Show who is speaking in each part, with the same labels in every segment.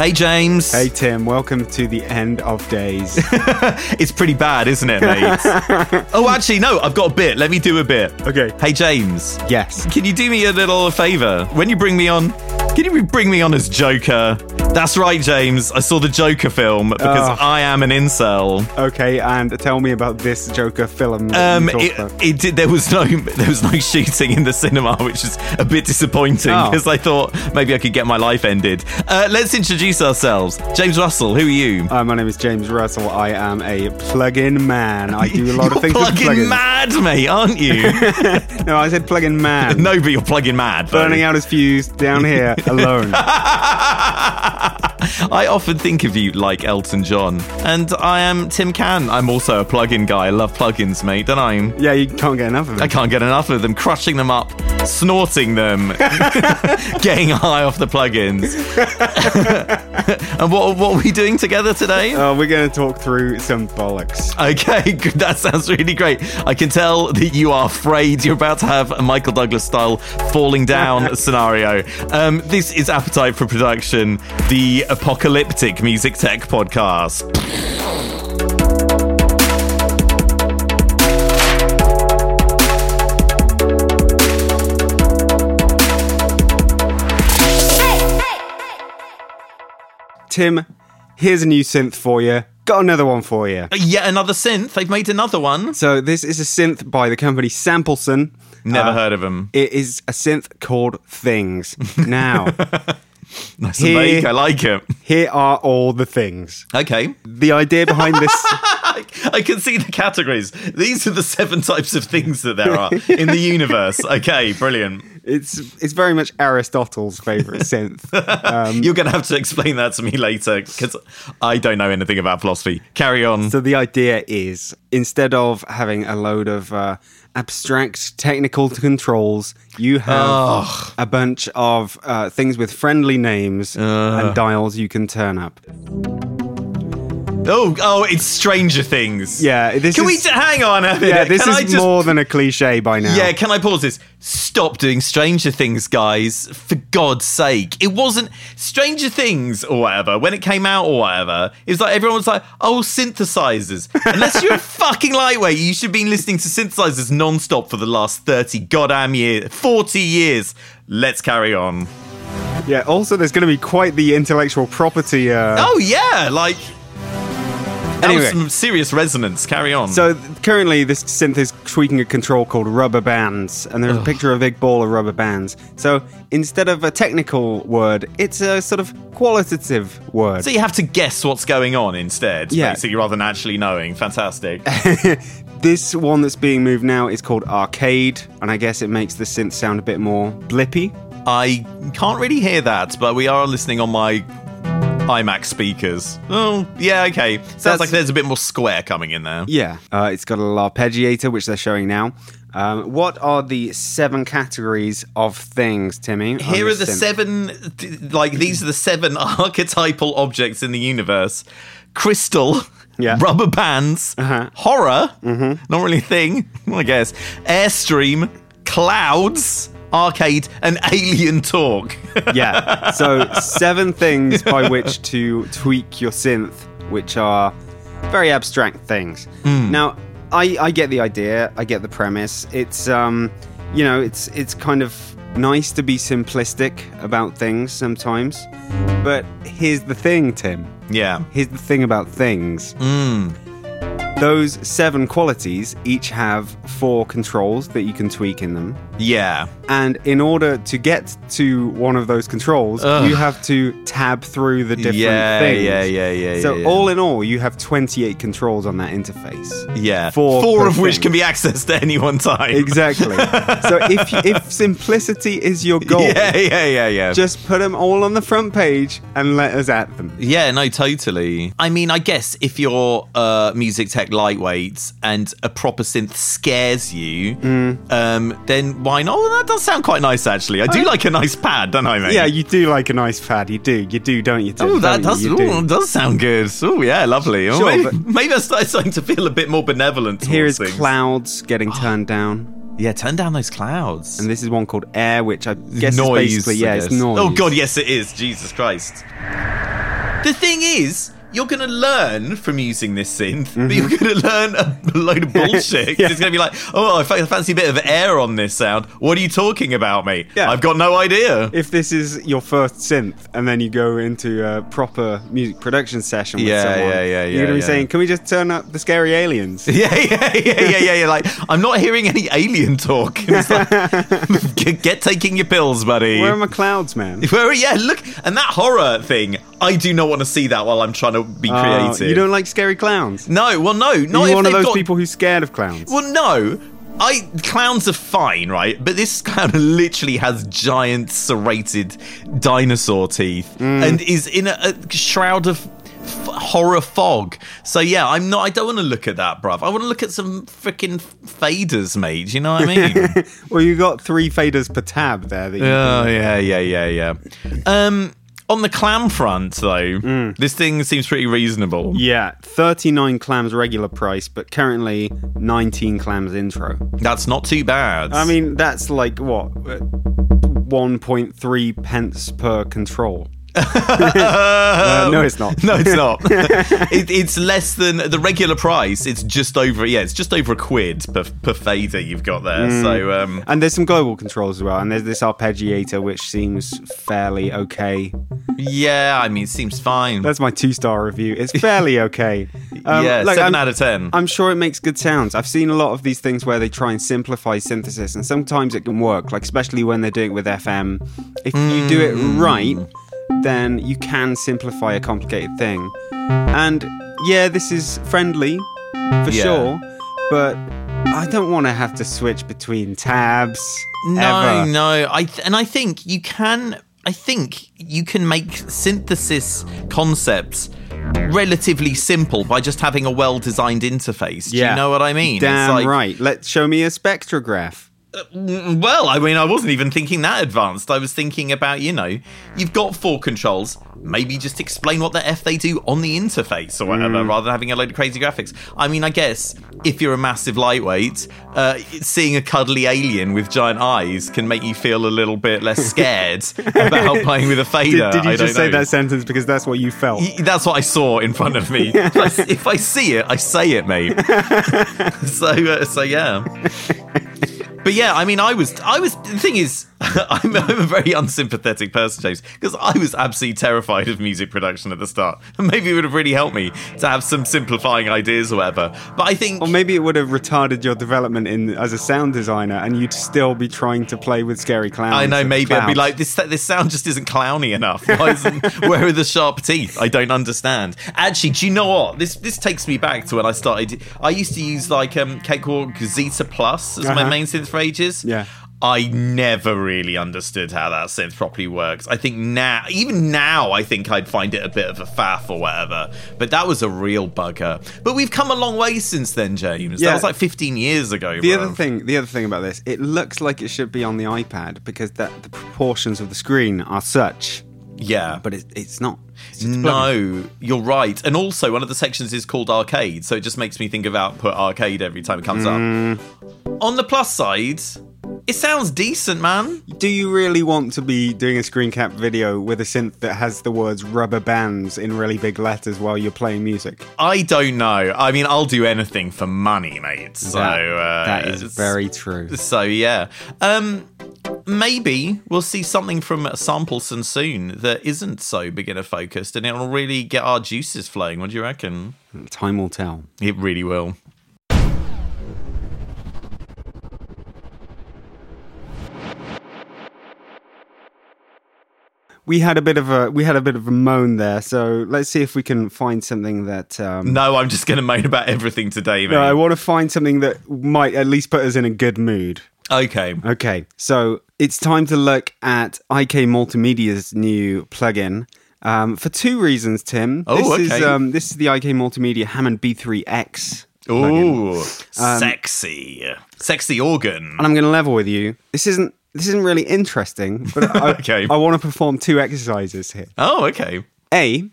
Speaker 1: Hey, James.
Speaker 2: Hey Tim, welcome to the end of days.
Speaker 1: It's pretty bad, isn't it, mate? oh, actually, no, I've got a bit. Let me do a bit.
Speaker 2: Okay.
Speaker 1: Hey, James.
Speaker 2: yes.
Speaker 1: Can you do me a little favour? When you bring me on, can you bring me on as Joker? That's right, James. I saw the Joker film because
Speaker 2: Oh.
Speaker 1: I am an incel.
Speaker 2: Okay, and tell me about this Joker film. that
Speaker 1: Um,
Speaker 2: you talked
Speaker 1: it,
Speaker 2: about.
Speaker 1: it did, there was no there was no shooting in the cinema, which is a bit disappointing
Speaker 2: Oh.
Speaker 1: because I thought maybe I could get my life ended. Uh, let's introduce ourselves. James Russell, who are you?
Speaker 2: Uh, my name is James Russell. I am a plug-in man. I do a lot
Speaker 1: You're
Speaker 2: of things with
Speaker 1: plugging
Speaker 2: plugins.
Speaker 1: mad, mate, aren't you?
Speaker 2: No, I said plug-in man.
Speaker 1: no, but you're plugging mad. though.
Speaker 2: Burning out his fuse down here alone.
Speaker 1: I often think of you like Elton John, and I am Tim Can. I'm also a plugin guy. I love plugins, mate. Don't I?
Speaker 2: yeah, you can't get enough of
Speaker 1: I
Speaker 2: it.
Speaker 1: can't get enough of them. Crushing them up, snorting them, getting high off the plugins. and what what are we doing together today?
Speaker 2: Uh, we're going to talk through some bollocks.
Speaker 1: Okay, good. that sounds really great. I can tell that you are afraid you're about to have a Michael Douglas style falling down scenario. Um, this is Appetite for Production, the apocalyptic music tech podcast.
Speaker 2: Tim, here's a new synth for you. Got another one for you.
Speaker 1: Uh, Yet another synth. They've made another one.
Speaker 2: So this is a synth by the company Sampleson.
Speaker 1: Never
Speaker 2: Uh,
Speaker 1: heard of them.
Speaker 2: It is a synth called Things. Now,
Speaker 1: Nice
Speaker 2: here-
Speaker 1: and vague. I like it.
Speaker 2: here are all the things.
Speaker 1: Okay.
Speaker 2: The idea behind this.
Speaker 1: I, I can see the categories. These are the seven types of things that there are in the universe. Okay, brilliant.
Speaker 2: It's it's very much Aristotle's favorite synth. Um,
Speaker 1: You're going to have to explain that to me later because I don't know anything about philosophy. Carry on.
Speaker 2: so the idea is instead of having a load of uh, abstract technical controls, you have a bunch of uh, things with friendly names and dials you can turn up.
Speaker 1: Oh, oh, it's Stranger Things.
Speaker 2: Yeah, this
Speaker 1: Can we
Speaker 2: is
Speaker 1: d- hang on a minute?
Speaker 2: yeah this
Speaker 1: can
Speaker 2: is
Speaker 1: I just,
Speaker 2: more than a cliche by now.
Speaker 1: Yeah, can I pause this? Stop doing Stranger Things, guys. For God's sake. It wasn't Stranger Things or whatever, when it came out or whatever, it was like everyone was like, oh, synthesizers. Unless you're a fucking lightweight, you should have been listening to synthesizers non-stop for the last 30 goddamn years, 40 years. Let's carry on.
Speaker 2: yeah. Also, there's going to be quite the intellectual property. Uh,
Speaker 1: Oh yeah, like that was
Speaker 2: Anyway.
Speaker 1: some serious resonance. Carry on.
Speaker 2: So th- currently, this synth is tweaking a control called rubber bands, and there's a picture of a big ball of rubber bands. So instead of a technical word, it's a sort of qualitative word.
Speaker 1: So you have to guess what's going on instead,
Speaker 2: Yeah.
Speaker 1: basically, rather than actually knowing. Fantastic.
Speaker 2: this one that's being moved now is called arcade, and I guess it makes the synth sound a bit more blippy.
Speaker 1: I can't really hear that, but we are listening on my iMac speakers. Oh, yeah, okay. Sounds
Speaker 2: That's-
Speaker 1: like there's a bit more square coming in there.
Speaker 2: Yeah, uh, it's got a little arpeggiator, which they're showing now. Um, what are the seven categories of things, Timmy? on
Speaker 1: Here are
Speaker 2: this
Speaker 1: the
Speaker 2: synth?
Speaker 1: seven, d- like these are the seven archetypal objects in the universe: crystal,
Speaker 2: Yeah. Uh-huh. Mm-hmm.
Speaker 1: rubber bands, horror, not really a thing, I guess. Airstream, clouds, arcade, and alien talk.
Speaker 2: yeah. So seven things by which to tweak your synth, which are very abstract things. Now, I, I get the idea. I get the premise. It's um, you know, it's it's kind of nice to be simplistic about things sometimes. But here's the thing, Tim.
Speaker 1: yeah. Mm.
Speaker 2: Here's the thing about things.
Speaker 1: Hmm.
Speaker 2: Those seven qualities each have four controls that you can tweak in them.
Speaker 1: Yeah.
Speaker 2: And in order to get to one of those controls, you have to tab through the different
Speaker 1: Yeah,
Speaker 2: things.
Speaker 1: yeah, yeah, yeah,
Speaker 2: So
Speaker 1: yeah, yeah.
Speaker 2: all in all, you have 28 controls on that interface.
Speaker 1: Yeah.
Speaker 2: Four per
Speaker 1: of which
Speaker 2: thing.
Speaker 1: can be accessed at any one time.
Speaker 2: Exactly. so if if simplicity is your goal,
Speaker 1: Yeah, yeah, yeah, yeah.
Speaker 2: just put them all on the front page and let us at them.
Speaker 1: Yeah, no, totally. I mean, I guess if you're uh, music tech lightweight and a proper synth scares you,
Speaker 2: Mm.
Speaker 1: um, then why not? Well, that does sound quite nice, actually. I do like a nice pad, don't I, mate?
Speaker 2: Yeah, you do like a nice pad. You do. You do, don't you? Tim?
Speaker 1: Ooh, Oh, that
Speaker 2: Don't you?
Speaker 1: does,
Speaker 2: You
Speaker 1: ooh,
Speaker 2: do.
Speaker 1: it does sound good. Oh, yeah, lovely. Oh,
Speaker 2: Sure,
Speaker 1: maybe,
Speaker 2: but-
Speaker 1: maybe I start starting to feel a bit more benevolent.
Speaker 2: Here is
Speaker 1: towards things.
Speaker 2: clouds getting turned down,
Speaker 1: Yeah, turn down those clouds.
Speaker 2: and this is one called air, which I guess
Speaker 1: noise.
Speaker 2: is basically yeah,
Speaker 1: I
Speaker 2: it's
Speaker 1: guess.
Speaker 2: noise.
Speaker 1: Oh, God, yes, it is. Jesus Christ. The thing is, you're going to learn from using this synth, but you're going to learn a load of bullshit. 'Cause
Speaker 2: Mm-hmm. Yeah.
Speaker 1: It's going to be like, oh, I fa- fancy a bit of air on this sound. What are you talking about, me?
Speaker 2: Yeah.
Speaker 1: I've got no idea.
Speaker 2: If this is your first synth and then you go into a proper music production session with
Speaker 1: Yeah,
Speaker 2: someone,
Speaker 1: yeah, yeah,
Speaker 2: you're gonna be
Speaker 1: yeah, yeah.
Speaker 2: saying, "Can we just turn up the scary aliens?"
Speaker 1: Yeah, yeah, yeah, yeah, yeah, yeah. Like, I'm not hearing any alien talk. And It's like, get, get taking your pills, buddy.
Speaker 2: Where are my clouds, man?
Speaker 1: Where- yeah, look, and that horror thing. I do not want to see that while I'm trying to be
Speaker 2: Oh,
Speaker 1: creative.
Speaker 2: you don't like scary clowns?
Speaker 1: No, well, no, not
Speaker 2: You're
Speaker 1: if
Speaker 2: one of
Speaker 1: they've
Speaker 2: those
Speaker 1: got-
Speaker 2: people who's scared of clowns.
Speaker 1: Well, no. I clowns are fine, right? But this clown literally has giant serrated dinosaur teeth and is in a, a shroud of f- horror fog. So yeah, I'm not. I don't want to look at that, bruv. I want to look at some freaking faders, mate. Do you know what I mean?
Speaker 2: Well, you got three faders per tab there. That you
Speaker 1: Oh yeah, yeah, yeah, yeah. Um, on the clam front, though, this thing seems pretty reasonable.
Speaker 2: Yeah, 39 clams regular price, but currently 19 clams intro.
Speaker 1: That's not too bad.
Speaker 2: I mean, that's like what? uh, 1.3 pence per control. Uh, no, it's not.
Speaker 1: No, it's not. it, it's less than the regular price. It's just over. Yeah, it's just over a quid per, per fader you've got there.
Speaker 2: Mm.
Speaker 1: So um,
Speaker 2: And there's some global controls as well, and there's this arpeggiator which seems fairly okay.
Speaker 1: yeah, I mean, it seems fine.
Speaker 2: That's my two star review. It's fairly okay. Um,
Speaker 1: yeah,
Speaker 2: look,
Speaker 1: 7
Speaker 2: I'm-
Speaker 1: out of ten.
Speaker 2: I'm sure it makes good sounds. I've seen a lot of these things where they try and simplify synthesis, and sometimes it can work, like especially when they're doing it with FM. If you do it
Speaker 1: Mm.
Speaker 2: right, then you can simplify a complicated thing. And yeah, this is friendly for
Speaker 1: Yeah.
Speaker 2: sure, but I don't want to have to switch between tabs.
Speaker 1: No,
Speaker 2: ever.
Speaker 1: no. I th- and I think you can. I think you can make synthesis concepts relatively simple by just having a well-designed interface. Do
Speaker 2: Yeah.
Speaker 1: you know what I mean?
Speaker 2: Damn
Speaker 1: it's like,
Speaker 2: right. Let's show me a spectrograph.
Speaker 1: Well, I mean, I wasn't even thinking that advanced. I was thinking about, you know, you've got four controls. Maybe just explain what the F they do on the interface or whatever,
Speaker 2: Mm.
Speaker 1: rather than having a load of crazy graphics. I mean, I guess if you're a massive lightweight, uh, seeing a cuddly alien with giant eyes can make you feel a little bit less scared about playing with a fader.
Speaker 2: Did, did you
Speaker 1: I don't
Speaker 2: just say
Speaker 1: know.
Speaker 2: that sentence because that's what you felt?
Speaker 1: Y- That's what I saw in front of me. if, I, if I see it, I say it, mate. so, uh, so yeah. But yeah, I mean, I was, I was. The thing is, I'm, I'm a very unsympathetic person, James, because I was absolutely terrified of music production at the start. Maybe it would have really helped me to have some simplifying ideas or whatever. But I think,
Speaker 2: Or maybe it would have retarded your development in as a sound designer, and you'd still be trying to play with scary clowns.
Speaker 1: I know,
Speaker 2: and
Speaker 1: maybe I'd be
Speaker 2: clouds.
Speaker 1: like, this this sound just isn't clowny enough. Why isn't, where are the sharp teeth? I don't understand. Actually, do you know what? This this takes me back to when I started. I used to use like um, Cakewalk Zeta Plus as my
Speaker 2: Uh-huh.
Speaker 1: main synth for ages.
Speaker 2: Yeah.
Speaker 1: I never really understood how that synth properly works. I think now, even now, I think I'd find it a bit of a faff or whatever. But that was a real bugger. But we've come a long way since then, James.
Speaker 2: Yeah.
Speaker 1: That was like 15 years ago.
Speaker 2: the
Speaker 1: bruv.
Speaker 2: other thing. The other thing about this, it looks like it should be on the iPad because that the proportions of the screen are such,
Speaker 1: yeah.
Speaker 2: but it, it's not. It's just a plug.
Speaker 1: No, you're right. And also, one of the sections is called arcade, so it just makes me think of output arcade every time it comes
Speaker 2: Mm.
Speaker 1: up. On the plus side, it sounds decent, man.
Speaker 2: Do you really want to be doing a screen cap video with a synth that has the words rubber bands in really big letters while you're playing music?
Speaker 1: I don't know. I mean, I'll do anything for money, mate. So
Speaker 2: That-
Speaker 1: uh,
Speaker 2: that is
Speaker 1: it's-
Speaker 2: very true.
Speaker 1: So yeah, um, maybe we'll see something from Sampleson soon that isn't so beginner focused, and it'll really get our juices flowing. What do you reckon?
Speaker 2: Time will tell.
Speaker 1: It really will.
Speaker 2: We had a bit of a we had a bit of a moan there, so let's see if we can find something that. Um,
Speaker 1: No, I'm just going to moan about everything today, mate.
Speaker 2: No, I want to find something that might at least put us in a good mood.
Speaker 1: Okay.
Speaker 2: Okay, so it's time to look at IK Multimedia's new plugin. Um, for two reasons, Tim.
Speaker 1: Oh,
Speaker 2: this is
Speaker 1: okay.
Speaker 2: um, this is the IK Multimedia Hammond B3X. plugin. Um,
Speaker 1: Ooh, sexy, sexy organ.
Speaker 2: And I'm going to level with you. This isn't this isn't really interesting, but I,
Speaker 1: Okay.
Speaker 2: I want to perform two exercises here.
Speaker 1: Oh, okay.
Speaker 2: A,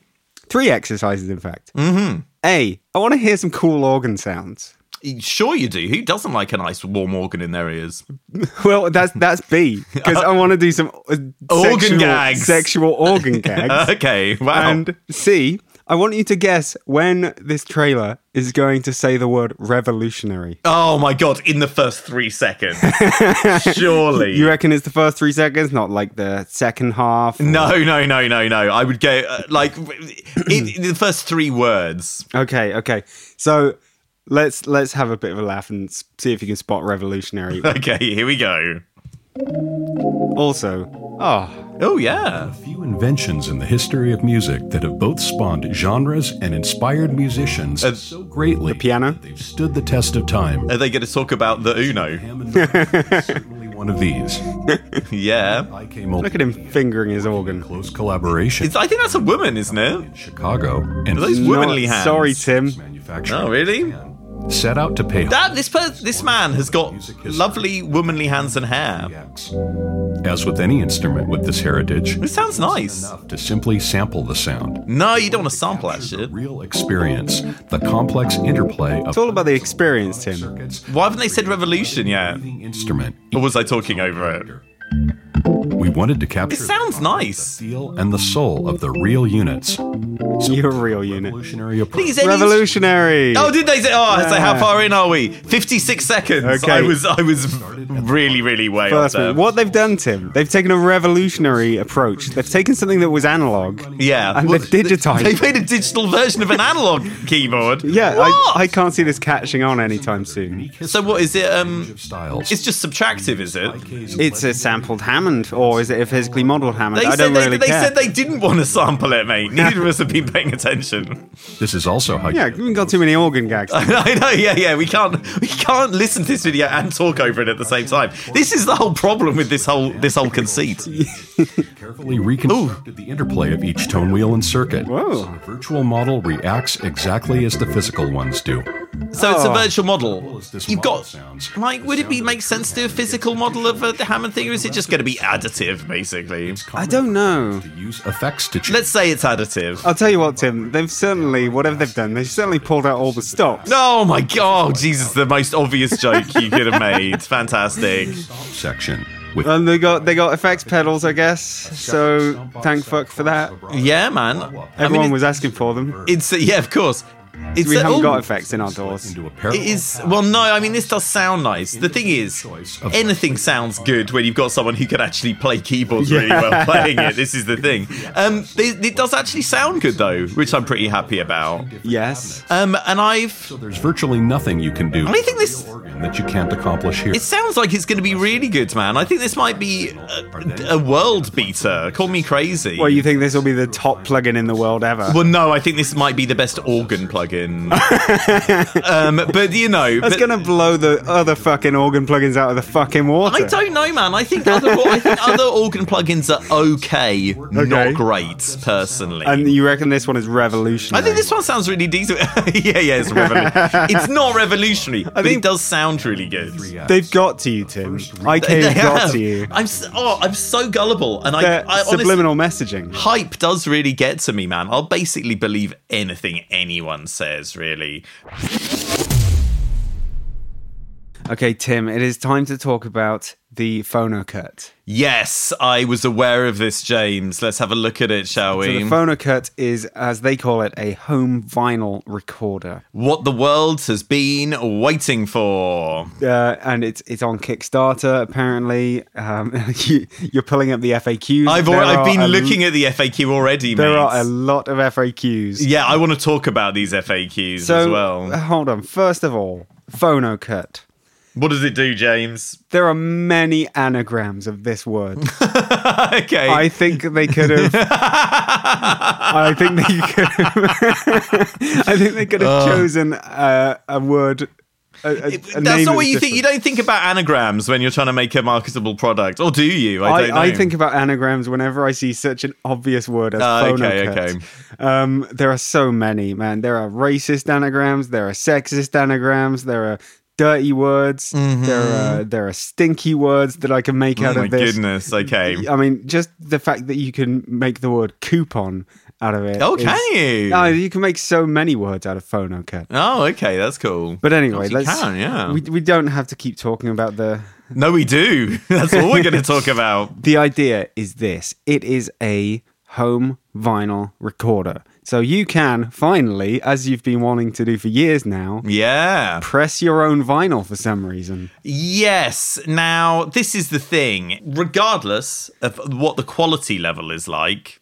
Speaker 2: three exercises, in fact. Mm-hmm. A, I want to hear some cool organ sounds.
Speaker 1: Sure, you do. Who doesn't like a nice warm organ in their ears?
Speaker 2: Well, that's that's B because I want to do some uh,
Speaker 1: Organ
Speaker 2: sexual,
Speaker 1: gags.
Speaker 2: sexual organ gags.
Speaker 1: okay, wow.
Speaker 2: and C, I want you to guess when this trailer is going to say the word revolutionary.
Speaker 1: oh my god! In the first three seconds, surely.
Speaker 2: You reckon it's the first three seconds, not like the second half?
Speaker 1: no, no, no, no, no. I would go uh, like in, in the first three words.
Speaker 2: Okay, okay. So let's let's have a bit of a laugh and s- see if you can spot revolutionary.
Speaker 1: Okay, here we go.
Speaker 2: also, oh,
Speaker 1: Oh yeah.
Speaker 3: Few inventions in the history of music that have both spawned genres and inspired musicians
Speaker 1: Uh,
Speaker 3: so greatly
Speaker 2: the piano?
Speaker 3: that they've stood the test of time.
Speaker 1: Are they going to talk about the Uno?
Speaker 3: Hammond is certainly one of these.
Speaker 1: Yeah.
Speaker 3: I came over
Speaker 2: look at him fingering his organ.
Speaker 3: close collaboration
Speaker 1: It's, I think that's a woman, isn't it?
Speaker 3: in Chicago and
Speaker 1: Are those
Speaker 2: Not-
Speaker 1: womanly hands?
Speaker 2: Sorry, Tim.
Speaker 3: manufacturing.
Speaker 1: Oh really?
Speaker 3: Set out to pay
Speaker 1: That this per- this man has got lovely womanly hands and hair.
Speaker 3: acts. As with any instrument with this heritage,
Speaker 1: It sounds nice.
Speaker 3: enough to simply sample the sound.
Speaker 1: No, you don't want to sample that shit.
Speaker 3: Real experience, the complex interplay of
Speaker 2: It's all about the experience, Tim.
Speaker 3: circuits,
Speaker 1: Why haven't they said revolution yet?
Speaker 3: breathing instrument.
Speaker 1: Or was I talking over it?
Speaker 3: We wanted to capture
Speaker 1: It sounds nice.
Speaker 3: the feel and the soul of the real units.
Speaker 2: You're a real unit.
Speaker 3: Revolutionary approach.
Speaker 1: Is any-
Speaker 2: Revolutionary.
Speaker 1: Oh, did they say? Oh, I say, how
Speaker 2: Yeah.
Speaker 1: far in are we? Fifty-six seconds.
Speaker 2: Okay.
Speaker 1: I was, I was really, really way off
Speaker 2: First
Speaker 1: there.
Speaker 2: one. What they've done, Tim, they've taken a revolutionary approach. They've taken something that was analog.
Speaker 1: Yeah,
Speaker 2: And they've digitised.
Speaker 1: They made a digital version of an analog keyboard.
Speaker 2: Yeah, I,
Speaker 1: What?
Speaker 2: I can't see this catching on anytime soon.
Speaker 1: so what is it? Um,
Speaker 3: of styles.
Speaker 1: it's just subtractive, is it?
Speaker 2: It's a sampled Hammond, or is it a physically modelled Hammond?
Speaker 1: They
Speaker 2: I
Speaker 1: said
Speaker 2: don't
Speaker 1: they,
Speaker 2: really
Speaker 1: they
Speaker 2: care.
Speaker 1: said they didn't want to sample it, mate. Neither of us have been paying attention.
Speaker 3: this is also how you
Speaker 2: yeah, we haven't got too many organ gags.
Speaker 1: I know, yeah, yeah. We can't, we can't listen to this video and talk over it at the same time. This is the whole problem with this whole, this whole conceit.
Speaker 3: carefully reconstructed the interplay of each tone wheel and circuit.
Speaker 2: Whoa.
Speaker 3: So the virtual model reacts exactly as the physical ones do.
Speaker 1: So it's a
Speaker 2: Oh.
Speaker 1: virtual model.
Speaker 3: is this
Speaker 1: You've
Speaker 3: model
Speaker 1: got
Speaker 3: sounds?
Speaker 1: like, would it be make sense to do a physical model of a Hammond thing, or is it just going to be additive, basically?
Speaker 2: I don't know.
Speaker 3: To use effects to change
Speaker 1: Let's say it's additive.
Speaker 2: I'll tell you what, Tim. They've certainly, whatever they've done, they've certainly pulled out all the stops.
Speaker 1: No, Oh my God, Jesus! The most obvious joke you could have made. Fantastic.
Speaker 3: section with
Speaker 2: And they got they got effects pedals, I guess. Uh, So thank fuck for that.
Speaker 1: Yeah, man. I
Speaker 2: Everyone
Speaker 1: mean,
Speaker 2: was asking for them.
Speaker 1: it's yeah, of course. It's
Speaker 2: We
Speaker 1: a- oh.
Speaker 2: haven't
Speaker 1: ooh.
Speaker 2: got effects in our doors.
Speaker 3: into a parallel
Speaker 1: It is well, no. I mean, this does sound nice. The thing is, anything sounds good when you've got someone who can actually play keyboards really well playing it. This is the thing. Um, it, it does actually sound good though, which I'm pretty happy about.
Speaker 2: Yes.
Speaker 1: Um, and I've.
Speaker 3: So there's virtually nothing you can do
Speaker 1: I think this-
Speaker 3: with the organ that you can't accomplish here.
Speaker 1: It sounds like it's going to be really good, man. I think this might be a, a world beater. Call me crazy.
Speaker 2: Well, you think this will be the top plugin in the world ever?
Speaker 1: Well, no, I think this might be the best organ plugin. um, but you know,
Speaker 2: That's
Speaker 1: but-
Speaker 2: gonna blow the other fucking organ plugins out of the fucking water.
Speaker 1: I don't know, man. I think other I think other organ plugins are okay, not
Speaker 2: Okay.
Speaker 1: great, personally.
Speaker 2: And you reckon this one is revolutionary?
Speaker 1: I think this one sounds really decent. yeah, yeah, it's revolutionary. it's not revolutionary, but it
Speaker 2: think-
Speaker 1: does sound really good.
Speaker 2: They've got to you, Tim.
Speaker 1: They
Speaker 2: IK got
Speaker 1: have.
Speaker 2: to you.
Speaker 1: I'm s oh, I'm so gullible, and I,
Speaker 2: They're
Speaker 1: I honestly
Speaker 2: subliminal messaging.
Speaker 1: hype does really get to me, man. I'll basically believe anything anyone says, really.
Speaker 2: Okay, Tim, it is time to talk about the phonocut.
Speaker 1: Yes, I was aware of this, James. Let's have a look at it, shall
Speaker 2: So
Speaker 1: we?
Speaker 2: the phonocut is, as they call it, a home vinyl recorder,
Speaker 1: what the world has been waiting for.
Speaker 2: uh, and it's it's on Kickstarter apparently. Um, you, you're pulling up the FAQs.
Speaker 1: I've
Speaker 2: There
Speaker 1: al-
Speaker 2: are
Speaker 1: I've been
Speaker 2: a-
Speaker 1: looking at the FAQ already,
Speaker 2: There
Speaker 1: mate.
Speaker 2: are a lot of FAQs.
Speaker 1: yeah, I want to talk about these FAQs
Speaker 2: so uh,
Speaker 1: as well.
Speaker 2: hold on. First of all, phonocut.
Speaker 1: What does it do, James?
Speaker 2: There are many anagrams of this word.
Speaker 1: okay.
Speaker 2: I think they could have. I think they could. Have, I think they could have chosen uh, a word. A, a, a
Speaker 1: that's
Speaker 2: name
Speaker 1: not what
Speaker 2: that's
Speaker 1: you think. You
Speaker 2: different.
Speaker 1: don't think about anagrams when you're trying to make a marketable product, or do you? I don't know.
Speaker 2: I, I think about anagrams whenever I see such an obvious word as
Speaker 1: Ah, okay,
Speaker 2: phonocut.
Speaker 1: okay.
Speaker 2: Um, there are so many, man. There are racist anagrams. There are sexist anagrams. There are dirty words. There are there are stinky words that I can make
Speaker 1: Mm-hmm. Oh
Speaker 2: out
Speaker 1: my
Speaker 2: of this.
Speaker 1: goodness. Okay.
Speaker 2: I mean, just the fact that you can make the word coupon out of it.
Speaker 1: Oh, can you?
Speaker 2: No, you can make so many words out of phonocat.
Speaker 1: Oh, okay, that's cool.
Speaker 2: But anyway,
Speaker 1: You
Speaker 2: let's.
Speaker 1: can, yeah.
Speaker 2: We, we don't have to keep talking about the.
Speaker 1: no, we do. That's all we're going to talk about.
Speaker 2: The idea is this it is a home vinyl recorder. So you can finally, as you've been wanting to do for years now,
Speaker 1: Yeah.
Speaker 2: press your own vinyl for some reason.
Speaker 1: Yes. Now, this is the thing. Regardless of what the quality level is like,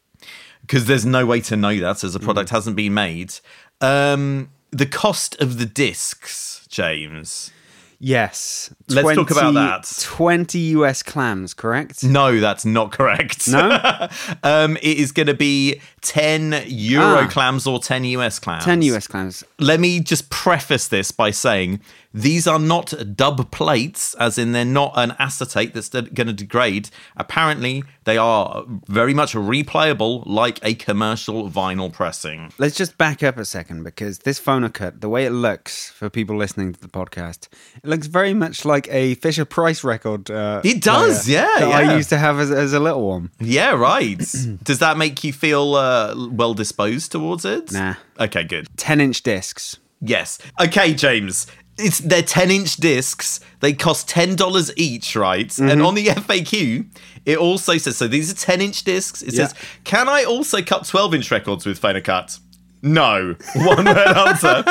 Speaker 1: because there's no way to know that as a product
Speaker 2: Mm-hmm.
Speaker 1: hasn't been made, um, the cost of the discs, James.
Speaker 2: Yes.
Speaker 1: Let's talk about that.
Speaker 2: 20 US clams, correct?
Speaker 1: No, that's not correct.
Speaker 2: No?
Speaker 1: um, it is going to be 10 euro
Speaker 2: Ah.
Speaker 1: clams or 10 US clams.
Speaker 2: 10 US clams.
Speaker 1: Let me just preface this by saying these are not dub plates, as in they're not an acetate that's going to degrade. Apparently, they are very much replayable like a commercial vinyl pressing.
Speaker 2: Let's just back up a second because this phonocut, the way it looks for people listening to the podcast, it looks very much like a Fisher Price record. Uh,
Speaker 1: It does,
Speaker 2: player
Speaker 1: yeah,
Speaker 2: that
Speaker 1: yeah.
Speaker 2: I used to have as, as a little one.
Speaker 1: Yeah, right. Does that make you feel uh, well disposed towards it?
Speaker 2: Nah.
Speaker 1: Okay, good.
Speaker 2: 10 inch discs.
Speaker 1: Yes. Okay, James. It's they're 10 inch discs. They cost $10 each, right? And
Speaker 2: Mm-hmm.
Speaker 1: on the FAQ, it also says so these are 10 inch discs. It
Speaker 2: Yeah.
Speaker 1: says, Can I also cut 12 inch records with Phonocut? No. One word answer.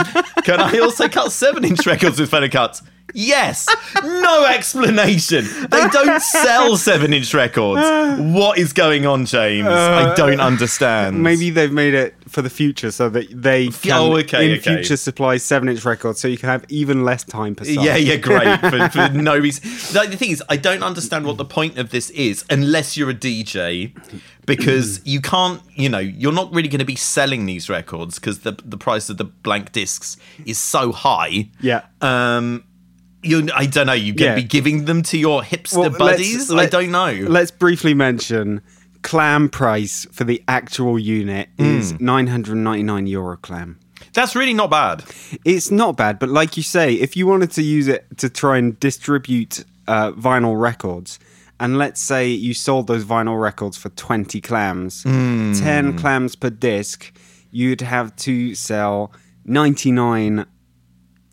Speaker 1: Can I also cut 7 inch records with Phonocut? Yes. No explanation. They don't sell 7 inch records. What is going on, James? I don't understand.
Speaker 2: Uh, Maybe they've made it for the future so that they can
Speaker 1: Oh, okay,
Speaker 2: in
Speaker 1: okay.
Speaker 2: future supply 7 inch records so you can have even less time per side.
Speaker 1: Yeah, yeah, great. For, for no reason. Like, the thing is, I don't understand what the point of this is unless you're a DJ, because you can't, you know, you're not really going to be selling these records because the, the price of the blank discs is so high.
Speaker 2: Yeah.
Speaker 1: Uh, You, I don't know. You're going
Speaker 2: Yeah.
Speaker 1: to be giving them to your hipster
Speaker 2: Well, let's-
Speaker 1: buddies?
Speaker 2: let-
Speaker 1: I don't know.
Speaker 2: Let's briefly mention clam price for the actual unit is
Speaker 1: Hmm.
Speaker 2: 999 euro clam.
Speaker 1: That's really not bad.
Speaker 2: It's not bad, but like you say, if you wanted to use it to try and distribute uh, vinyl records, and let's say you sold those vinyl records for 20 clams,
Speaker 1: Hmm.
Speaker 2: 10 clams per disc, you'd have to sell 99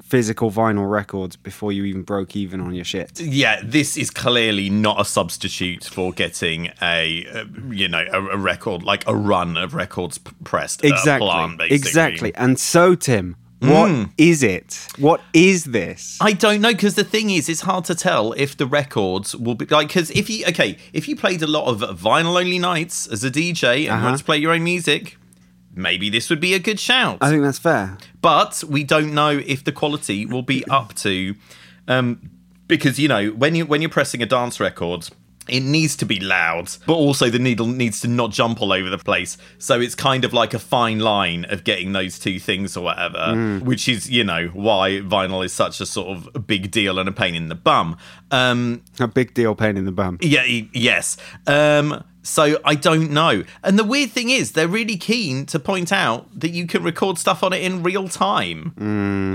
Speaker 2: physical vinyl records before you even broke even on your shit.
Speaker 1: yeah, this is clearly not a substitute for getting a uh, you know a, a record like a run of records p- pressed. uh,
Speaker 2: exactly
Speaker 1: plan, basically. Hmm.
Speaker 2: exactly and so tim what is it what is this
Speaker 1: I don't know because the thing is, it's hard to tell if the records will be like because if you okay if you played a lot of vinyl only nights as a DJ and wanted to play your own music, maybe this would be a good shout.
Speaker 2: i think that's fair
Speaker 1: but we don't know if the quality will be up to um because you know when you when you're pressing a dance record it needs to be loud but also the needle needs to not jump all over the place so it's kind of like a fine line of getting those two things or whatever which is you know why vinyl is such a sort of big deal and a pain in the bum um
Speaker 2: a big deal pain in the bum
Speaker 1: yeah, y- yes. Um, so I don't know. And the weird thing is, they're really keen to point out that you can record stuff on it in real time,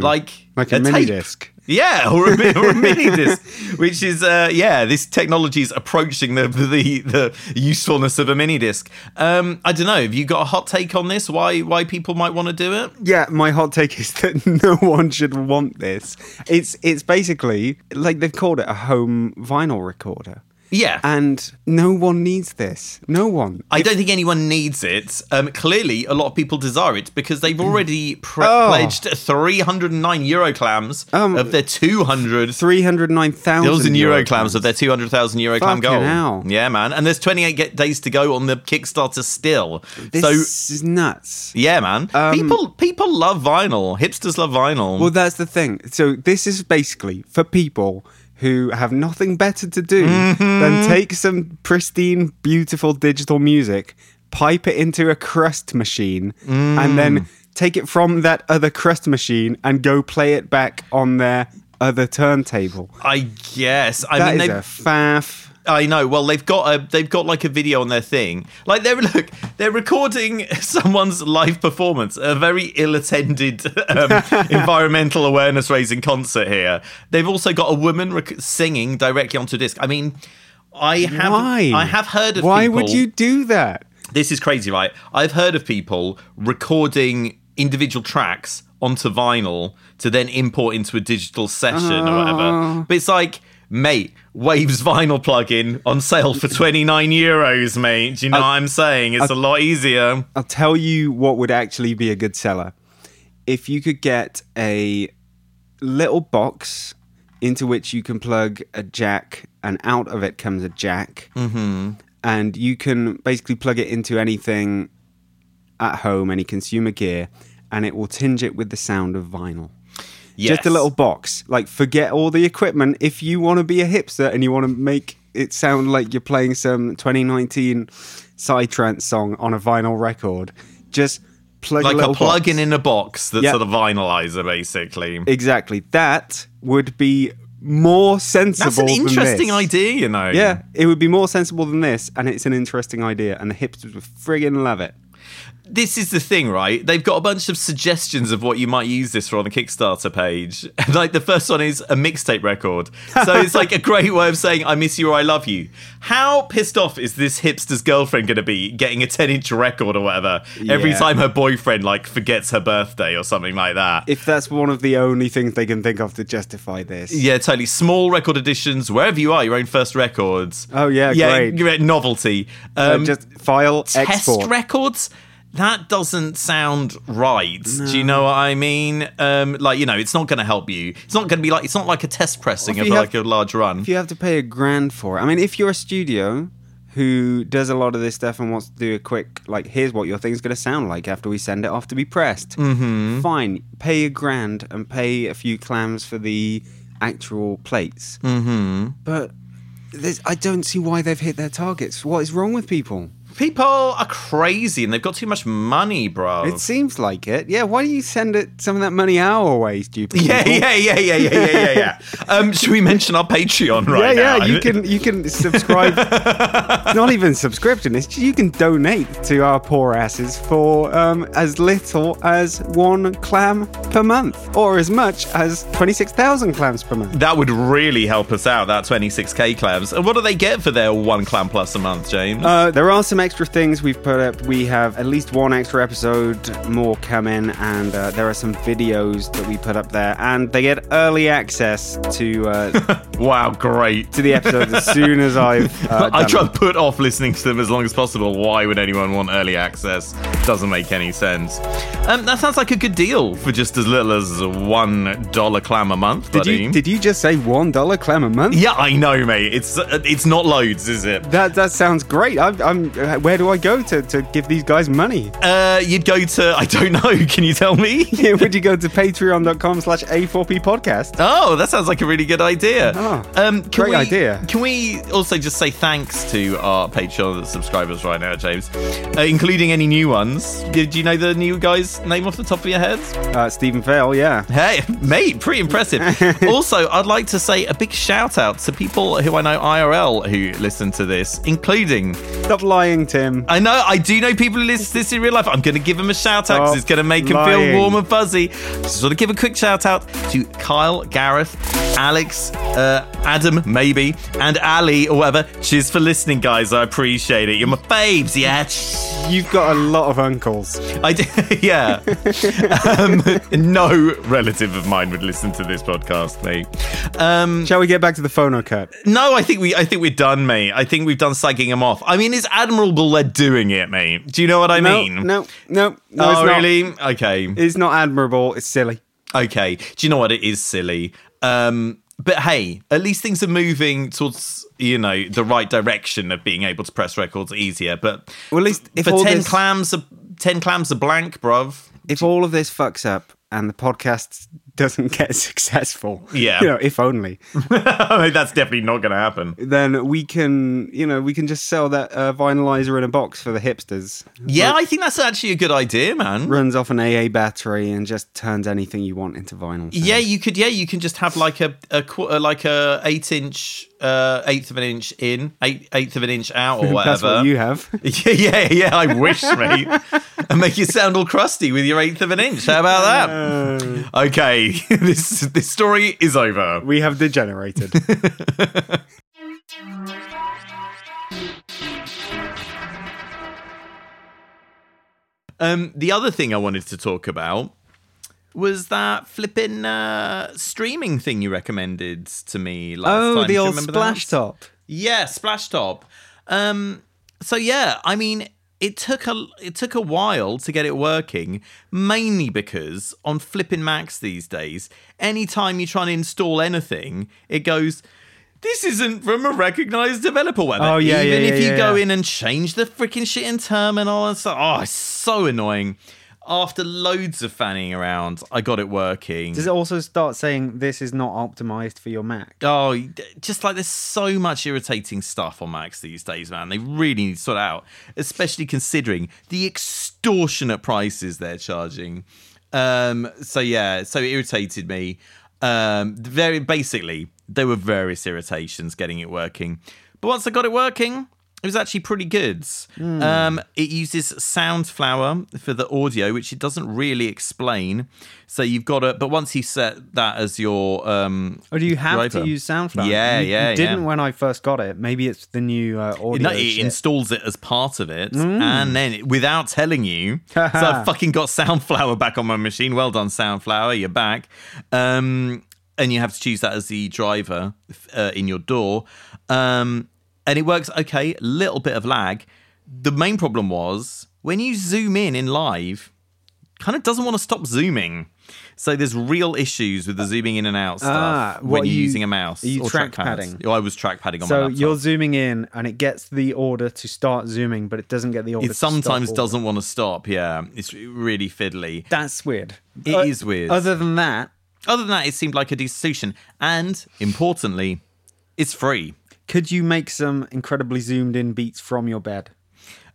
Speaker 1: like
Speaker 2: Hmm. like a, mini
Speaker 1: tape.
Speaker 2: disc
Speaker 1: Yeah, or a, mi- or a mini disc, which is uh, yeah, this technology is approaching the, the the usefulness of a mini disc. Um, I don't know. Have you got a hot take on this? Why why people might want to do it?
Speaker 2: yeah my hot take is that no one should want this it's it's basically like they've called it a home vinyl recorder
Speaker 1: Yeah,
Speaker 2: and no one needs this no one
Speaker 1: I don't think anyone needs it. Um, clearly, a lot of people desire it because they've already pre-
Speaker 2: Mm. Oh.
Speaker 1: pledged 309 euro clams
Speaker 2: Um,
Speaker 1: of their 200
Speaker 2: 309,000
Speaker 1: thousand euro
Speaker 2: euro
Speaker 1: clams of their 200,000 euro clam
Speaker 2: Fucking
Speaker 1: goal.
Speaker 2: hell.
Speaker 1: Yeah, man. And there's 28 get- days to go on the Kickstarter still.
Speaker 2: this
Speaker 1: So.
Speaker 2: is nuts
Speaker 1: Yeah, man. people people love vinyl. Hipsters love vinyl.
Speaker 2: Well, that's the thing. So this is basically for people who have nothing better to do
Speaker 1: Mm-hmm.
Speaker 2: than take some pristine, beautiful digital music, pipe it into a crust machine, and
Speaker 1: Mm.
Speaker 2: then take it from that other crust machine and go play it back on their other turntable.
Speaker 1: I guess. I
Speaker 2: That is
Speaker 1: mean, they-
Speaker 2: a faff.
Speaker 1: I know. Well, they've got a they've got like a video on their thing. Like they're look, they're recording someone's live performance, a very ill-attended um, environmental awareness raising concert here. They've also got a woman rec- singing directly onto a disc. I mean, I have
Speaker 2: Why?
Speaker 1: I have heard of
Speaker 2: Why
Speaker 1: people-
Speaker 2: would you do that?
Speaker 1: this is crazy, right? I've heard of people recording individual tracks onto vinyl to then import into a digital session or whatever.
Speaker 2: Ah.
Speaker 1: But it's like, mate, Waves vinyl plugin on sale for 29 euros, mate. Do you know what I'm saying? It's a lot easier.
Speaker 2: I'll tell you what would actually be a good seller. If you could get a little box into which you can plug a jack, and out of it comes a jack, and you can basically plug it into anything at home, any consumer gear, and it will tinge it with the sound of vinyl.
Speaker 1: Yes.
Speaker 2: Just a little box. Like, forget all the equipment. If you want to be a hipster and you want to make it sound like you're playing some 2019 Psytrance song on a vinyl record, just plug
Speaker 1: Like
Speaker 2: a
Speaker 1: a,
Speaker 2: little box.
Speaker 1: plugin in a box that's
Speaker 2: Yeah.
Speaker 1: sort of vinylizer, basically.
Speaker 2: Exactly. That would be more sensible.
Speaker 1: That's an
Speaker 2: than
Speaker 1: interesting
Speaker 2: this.
Speaker 1: idea, you know.
Speaker 2: Yeah, it would be more sensible than this, and it's an interesting idea, and the hipsters would friggin' love it.
Speaker 1: this is the thing, right? They've got a bunch of suggestions of what you might use this for on the Kickstarter page. And like the first one is a mixtape record. So it's like a great way of saying I miss you or I love you. How pissed off is this hipster's girlfriend gonna be getting a 10-inch record or whatever every
Speaker 2: Yeah.
Speaker 1: time her boyfriend like forgets her birthday or something like that?
Speaker 2: If that's one of the only things they can think of to justify this.
Speaker 1: Yeah, totally. Small record editions, wherever you are, your own first records.
Speaker 2: Oh, yeah,
Speaker 1: yeah,
Speaker 2: great.
Speaker 1: great novelty.
Speaker 2: Uh,
Speaker 1: Um,
Speaker 2: just file
Speaker 1: test
Speaker 2: export.
Speaker 1: records that doesn't sound right do you know what i mean um like you know it's not going to help you it's not going to be like it's not like a test pressing
Speaker 2: Well, if
Speaker 1: of
Speaker 2: you
Speaker 1: like
Speaker 2: have-
Speaker 1: a large run
Speaker 2: if you have to pay a grand for it, I mean, if you're a studio who does a lot of this stuff and wants to do a quick, like, here's what your thing's going to sound like after we send it off to be pressed, mm-hmm. fine, pay a grand and pay a few clams for the actual plates. Mm-hmm. But this, I don't see why they've hit their targets. What is wrong with people?
Speaker 1: people are crazy and they've got too much money bro
Speaker 2: It seems like it. Yeah, why do you send it some of that money our way, stupid?
Speaker 1: yeah,
Speaker 2: people?
Speaker 1: yeah, yeah, yeah, yeah, yeah, yeah, yeah. Um, should we mention our Patreon right
Speaker 2: yeah,
Speaker 1: now?
Speaker 2: yeah. You can you can subscribe. it's not even subscription. It's you can donate to our poor asses for um, as little as one clam per month, or as much as twenty six thousand clams per month.
Speaker 1: That would really help us out. That 26k clams. And what do they get for their one clam plus a month, James?
Speaker 2: Uh, there are some extra things we've put up. We have at least one extra episode more coming, and uh, there are some videos that we put up there, and they get early access to uh,
Speaker 1: wow, great.
Speaker 2: to the episodes as soon as I've. Uh,
Speaker 1: I
Speaker 2: done
Speaker 1: try
Speaker 2: them.
Speaker 1: to put off listening to them as long as possible. Why would anyone want early access? Doesn't make any sense. Um, that sounds like a good deal for just as little as one dollar clam a month,
Speaker 2: Did
Speaker 1: buddy.
Speaker 2: you did you just say one dollar clam a month?
Speaker 1: yeah, I know, mate. It's uh, it's not loads, is it?
Speaker 2: That that sounds great. I'm, I'm uh, where do I go to, to give these guys money?
Speaker 1: Uh, you'd go to I don't know. Can you tell me?
Speaker 2: Would you go to patreon.com slash a4p podcast?
Speaker 1: Oh, that sounds like a really good idea.
Speaker 2: Oh,
Speaker 1: um, can
Speaker 2: great
Speaker 1: we,
Speaker 2: idea.
Speaker 1: Can we also just say thanks to our Patreon subscribers right now, James, uh, including any new ones? Did you know the new guy's name off the top of your head?
Speaker 2: Uh, Stephen Fail, yeah.
Speaker 1: Hey, mate, pretty impressive. also, I'd like to say a big shout out to people who I know IRL who listen to this, including
Speaker 2: Stop lying, Tim.
Speaker 1: I know I do know people who listen to this in real life. I'm going to give them a shout out because
Speaker 2: Stop
Speaker 1: it's going to make them feel
Speaker 2: lying.
Speaker 1: warm and fuzzy. Just want to give a quick shout out to Kyle, Gareth, Alex, uh, Adam, maybe, and Ali or whatever. Cheers for listening, guys. I appreciate it. You're my faves, yeah.
Speaker 2: You've got a lot of uncles.
Speaker 1: I d- yeah. um, no relative of mine would listen to this podcast, mate. Um,
Speaker 2: Shall we get back to the phono cut?
Speaker 1: no, I think we, I think we're done, mate. I think we've done slagging him off. I mean, it's admirable they're doing it, mate. Do you know what I
Speaker 2: No,
Speaker 1: mean?
Speaker 2: no, no, no.
Speaker 1: oh,
Speaker 2: it's not.
Speaker 1: really? Okay,
Speaker 2: It's not admirable. It's silly.
Speaker 1: okay. Do you know what? It is silly. Um, but hey, at least things are moving towards you know the right direction of being able to press records easier. But
Speaker 2: Well, at least if
Speaker 1: for
Speaker 2: all
Speaker 1: ten
Speaker 2: this-
Speaker 1: clams, a, ten clams are blank, bruv.
Speaker 2: If all of this fucks up and the podcast doesn't get successful,
Speaker 1: Yeah.
Speaker 2: you know, if only,
Speaker 1: I mean, that's definitely not going to happen.
Speaker 2: then we can, you know, we can just sell that uh, vinylizer in a box for the hipsters.
Speaker 1: Yeah, I think that's actually a good idea, man.
Speaker 2: runs off an AA battery and just turns anything you want into vinyl.
Speaker 1: Yeah, you could. Yeah, you can just have like a a quarter, like a eight inch, uh, eighth of an inch in, eight, eighth of an inch out, or whatever.
Speaker 2: That's what you have.
Speaker 1: Yeah, yeah, yeah. I wish, mate. and make you sound all crusty with your eighth of an inch. How about that?
Speaker 2: Uh,
Speaker 1: Okay, this this story is over.
Speaker 2: We have degenerated.
Speaker 1: Um, the other thing I wanted to talk about was that flipping uh, streaming thing you recommended to me last time.
Speaker 2: Oh,
Speaker 1: Do
Speaker 2: the
Speaker 1: you
Speaker 2: old
Speaker 1: remember
Speaker 2: splash
Speaker 1: that?
Speaker 2: top.
Speaker 1: Yeah, splash top. Um, so yeah, I mean, it took a it took a while to get it working, mainly because on flipping Macs these days, anytime you try and install anything, it goes. This isn't from a recognized developer web.
Speaker 2: Oh, yeah,
Speaker 1: Even
Speaker 2: yeah,
Speaker 1: if
Speaker 2: yeah,
Speaker 1: you
Speaker 2: yeah,
Speaker 1: go
Speaker 2: yeah.
Speaker 1: in and change the freaking shit in terminal and stuff. Oh, it's so annoying. After loads of fanning around, I got it working.
Speaker 2: Does it also start saying this is not optimized for your Mac?
Speaker 1: Oh, d- just like there's so much irritating stuff on Macs these days, man. They really need to sort it out, especially considering the extortionate prices they're charging. Um, so yeah, so it irritated me. Um, very basically, there were various irritations getting it working, but once I got it working, it was actually pretty good. Um, it uses Soundflower for the audio, which it doesn't really explain. So you've got to, but once you set that as your um,
Speaker 2: Or do you have
Speaker 1: Driver.
Speaker 2: to use SoundCloud?
Speaker 1: Yeah,
Speaker 2: You-
Speaker 1: yeah,
Speaker 2: You didn't
Speaker 1: yeah.
Speaker 2: when I first got it. Maybe it's the new uh,
Speaker 1: No,
Speaker 2: audio.
Speaker 1: it
Speaker 2: shit. Mm.
Speaker 1: installs it as part of it, and then it- without telling you, so I fucking got Soundflower back on my machine. Well done, Soundflower, you're back. Um, and you have to choose that as the driver uh, in your door, um, and it works okay. Little bit of lag. The main problem was when you zoom in in live, kind of doesn't want to stop zooming. So there's real issues with the zooming in and out stuff
Speaker 2: Ah, what
Speaker 1: when
Speaker 2: are
Speaker 1: you're
Speaker 2: you-
Speaker 1: using a mouse.
Speaker 2: are you
Speaker 1: or
Speaker 2: track
Speaker 1: trackpads.
Speaker 2: padding?
Speaker 1: Oh, I was track padding on my
Speaker 2: So
Speaker 1: laptop.
Speaker 2: you're zooming in, and it gets the order to start zooming, but it doesn't get the order. to
Speaker 1: It sometimes
Speaker 2: stop.
Speaker 1: doesn't want to stop. Yeah, it's really fiddly.
Speaker 2: That's weird. It
Speaker 1: It
Speaker 2: is
Speaker 1: is weird.
Speaker 2: Uh, Other than that,
Speaker 1: Other than that, it seemed like a decent solution, and importantly, it's free.
Speaker 2: could you make some incredibly zoomed in beats from your bed?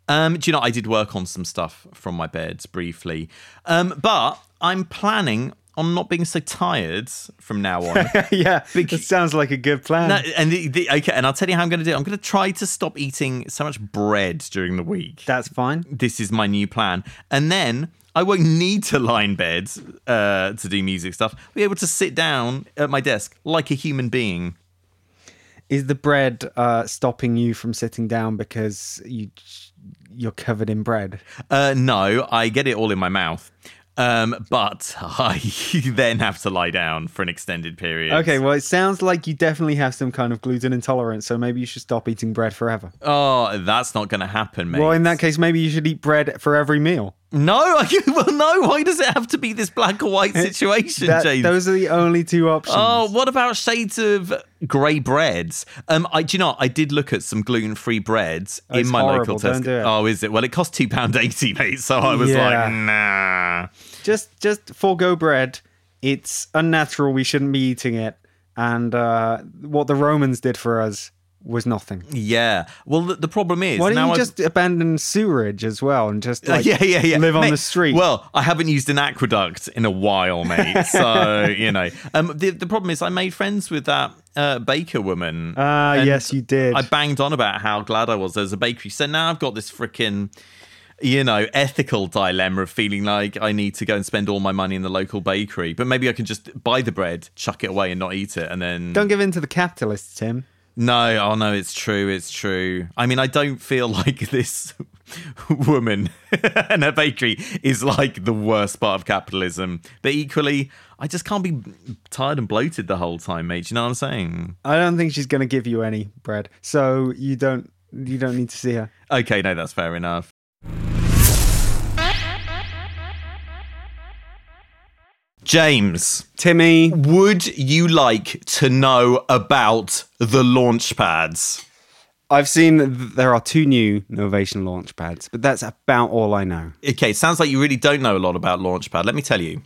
Speaker 1: Um, do you know I did work on some stuff from my bed briefly, um, but I'm planning on not being so tired from now on.
Speaker 2: yeah, it sounds like a good plan.
Speaker 1: No, and the, the, okay, and I'll tell you how I'm going to do. it. I'm going to try to stop eating so much bread during the week.
Speaker 2: That's fine.
Speaker 1: this is my new plan. And then I won't need to lie in bed uh, to do music stuff. I'll be able to sit down at my desk like a human being.
Speaker 2: Is the bread uh, stopping you from sitting down because you you're covered in bread?
Speaker 1: Uh, no, I get it all in my mouth. Um, but I then have to lie down for an extended period.
Speaker 2: Okay, well, it sounds like you definitely have some kind of gluten intolerance, so maybe you should stop eating bread forever.
Speaker 1: Oh, that's not going to happen, mate.
Speaker 2: Well, in that case, maybe you should eat bread for every meal.
Speaker 1: no, well, no. Why does it have to be this black or white situation,
Speaker 2: That-
Speaker 1: James?
Speaker 2: those are the only two options.
Speaker 1: Oh, what about shades of grey breads? Um, I do you know what? I did look at some gluten free breads in
Speaker 2: it's
Speaker 1: my
Speaker 2: horrible.
Speaker 1: local
Speaker 2: Don't
Speaker 1: Tesco.
Speaker 2: do it.
Speaker 1: Oh, is it? Well, it cost two pound eighty, mate. So I was
Speaker 2: Yeah.
Speaker 1: like, nah.
Speaker 2: Just just forego bread. It's unnatural. We shouldn't be eating it. And uh, what the Romans did for us was nothing.
Speaker 1: Yeah. Well, the, the problem is
Speaker 2: Why don't
Speaker 1: now
Speaker 2: you
Speaker 1: I've-
Speaker 2: just abandon sewerage as well and just
Speaker 1: Uh,
Speaker 2: like,
Speaker 1: yeah, yeah, yeah.
Speaker 2: live on
Speaker 1: Mate,
Speaker 2: the street?
Speaker 1: Well, I haven't used an aqueduct in a while, mate. So you know, um, the the problem is I made friends with that uh, baker woman.
Speaker 2: ah,
Speaker 1: and
Speaker 2: yes, you did.
Speaker 1: I banged on about how glad I was there's a bakery. So now I've got this freaking, you know, ethical dilemma of feeling like I need to go and spend all my money in the local bakery. But maybe I can just buy the bread, chuck it away, and not eat it. And then.
Speaker 2: don't give in to the capitalists, Tim.
Speaker 1: No, oh no, it's true. It's true. I mean, I don't feel like this woman and her bakery is like the worst part of capitalism. But equally, I just can't be tired and bloated the whole time, mate. Do you know what I'm saying?
Speaker 2: I don't think she's going to give you any bread, so you don't you don't need to see her.
Speaker 1: Okay, no, that's fair enough. James,
Speaker 2: Timmy,
Speaker 1: would you like to know about the launch pads?
Speaker 2: I've seen that th- there are two new Novation launch pads, but that's about all I know.
Speaker 1: Okay, sounds like you really don't know a lot about Launchpad. Let me tell you.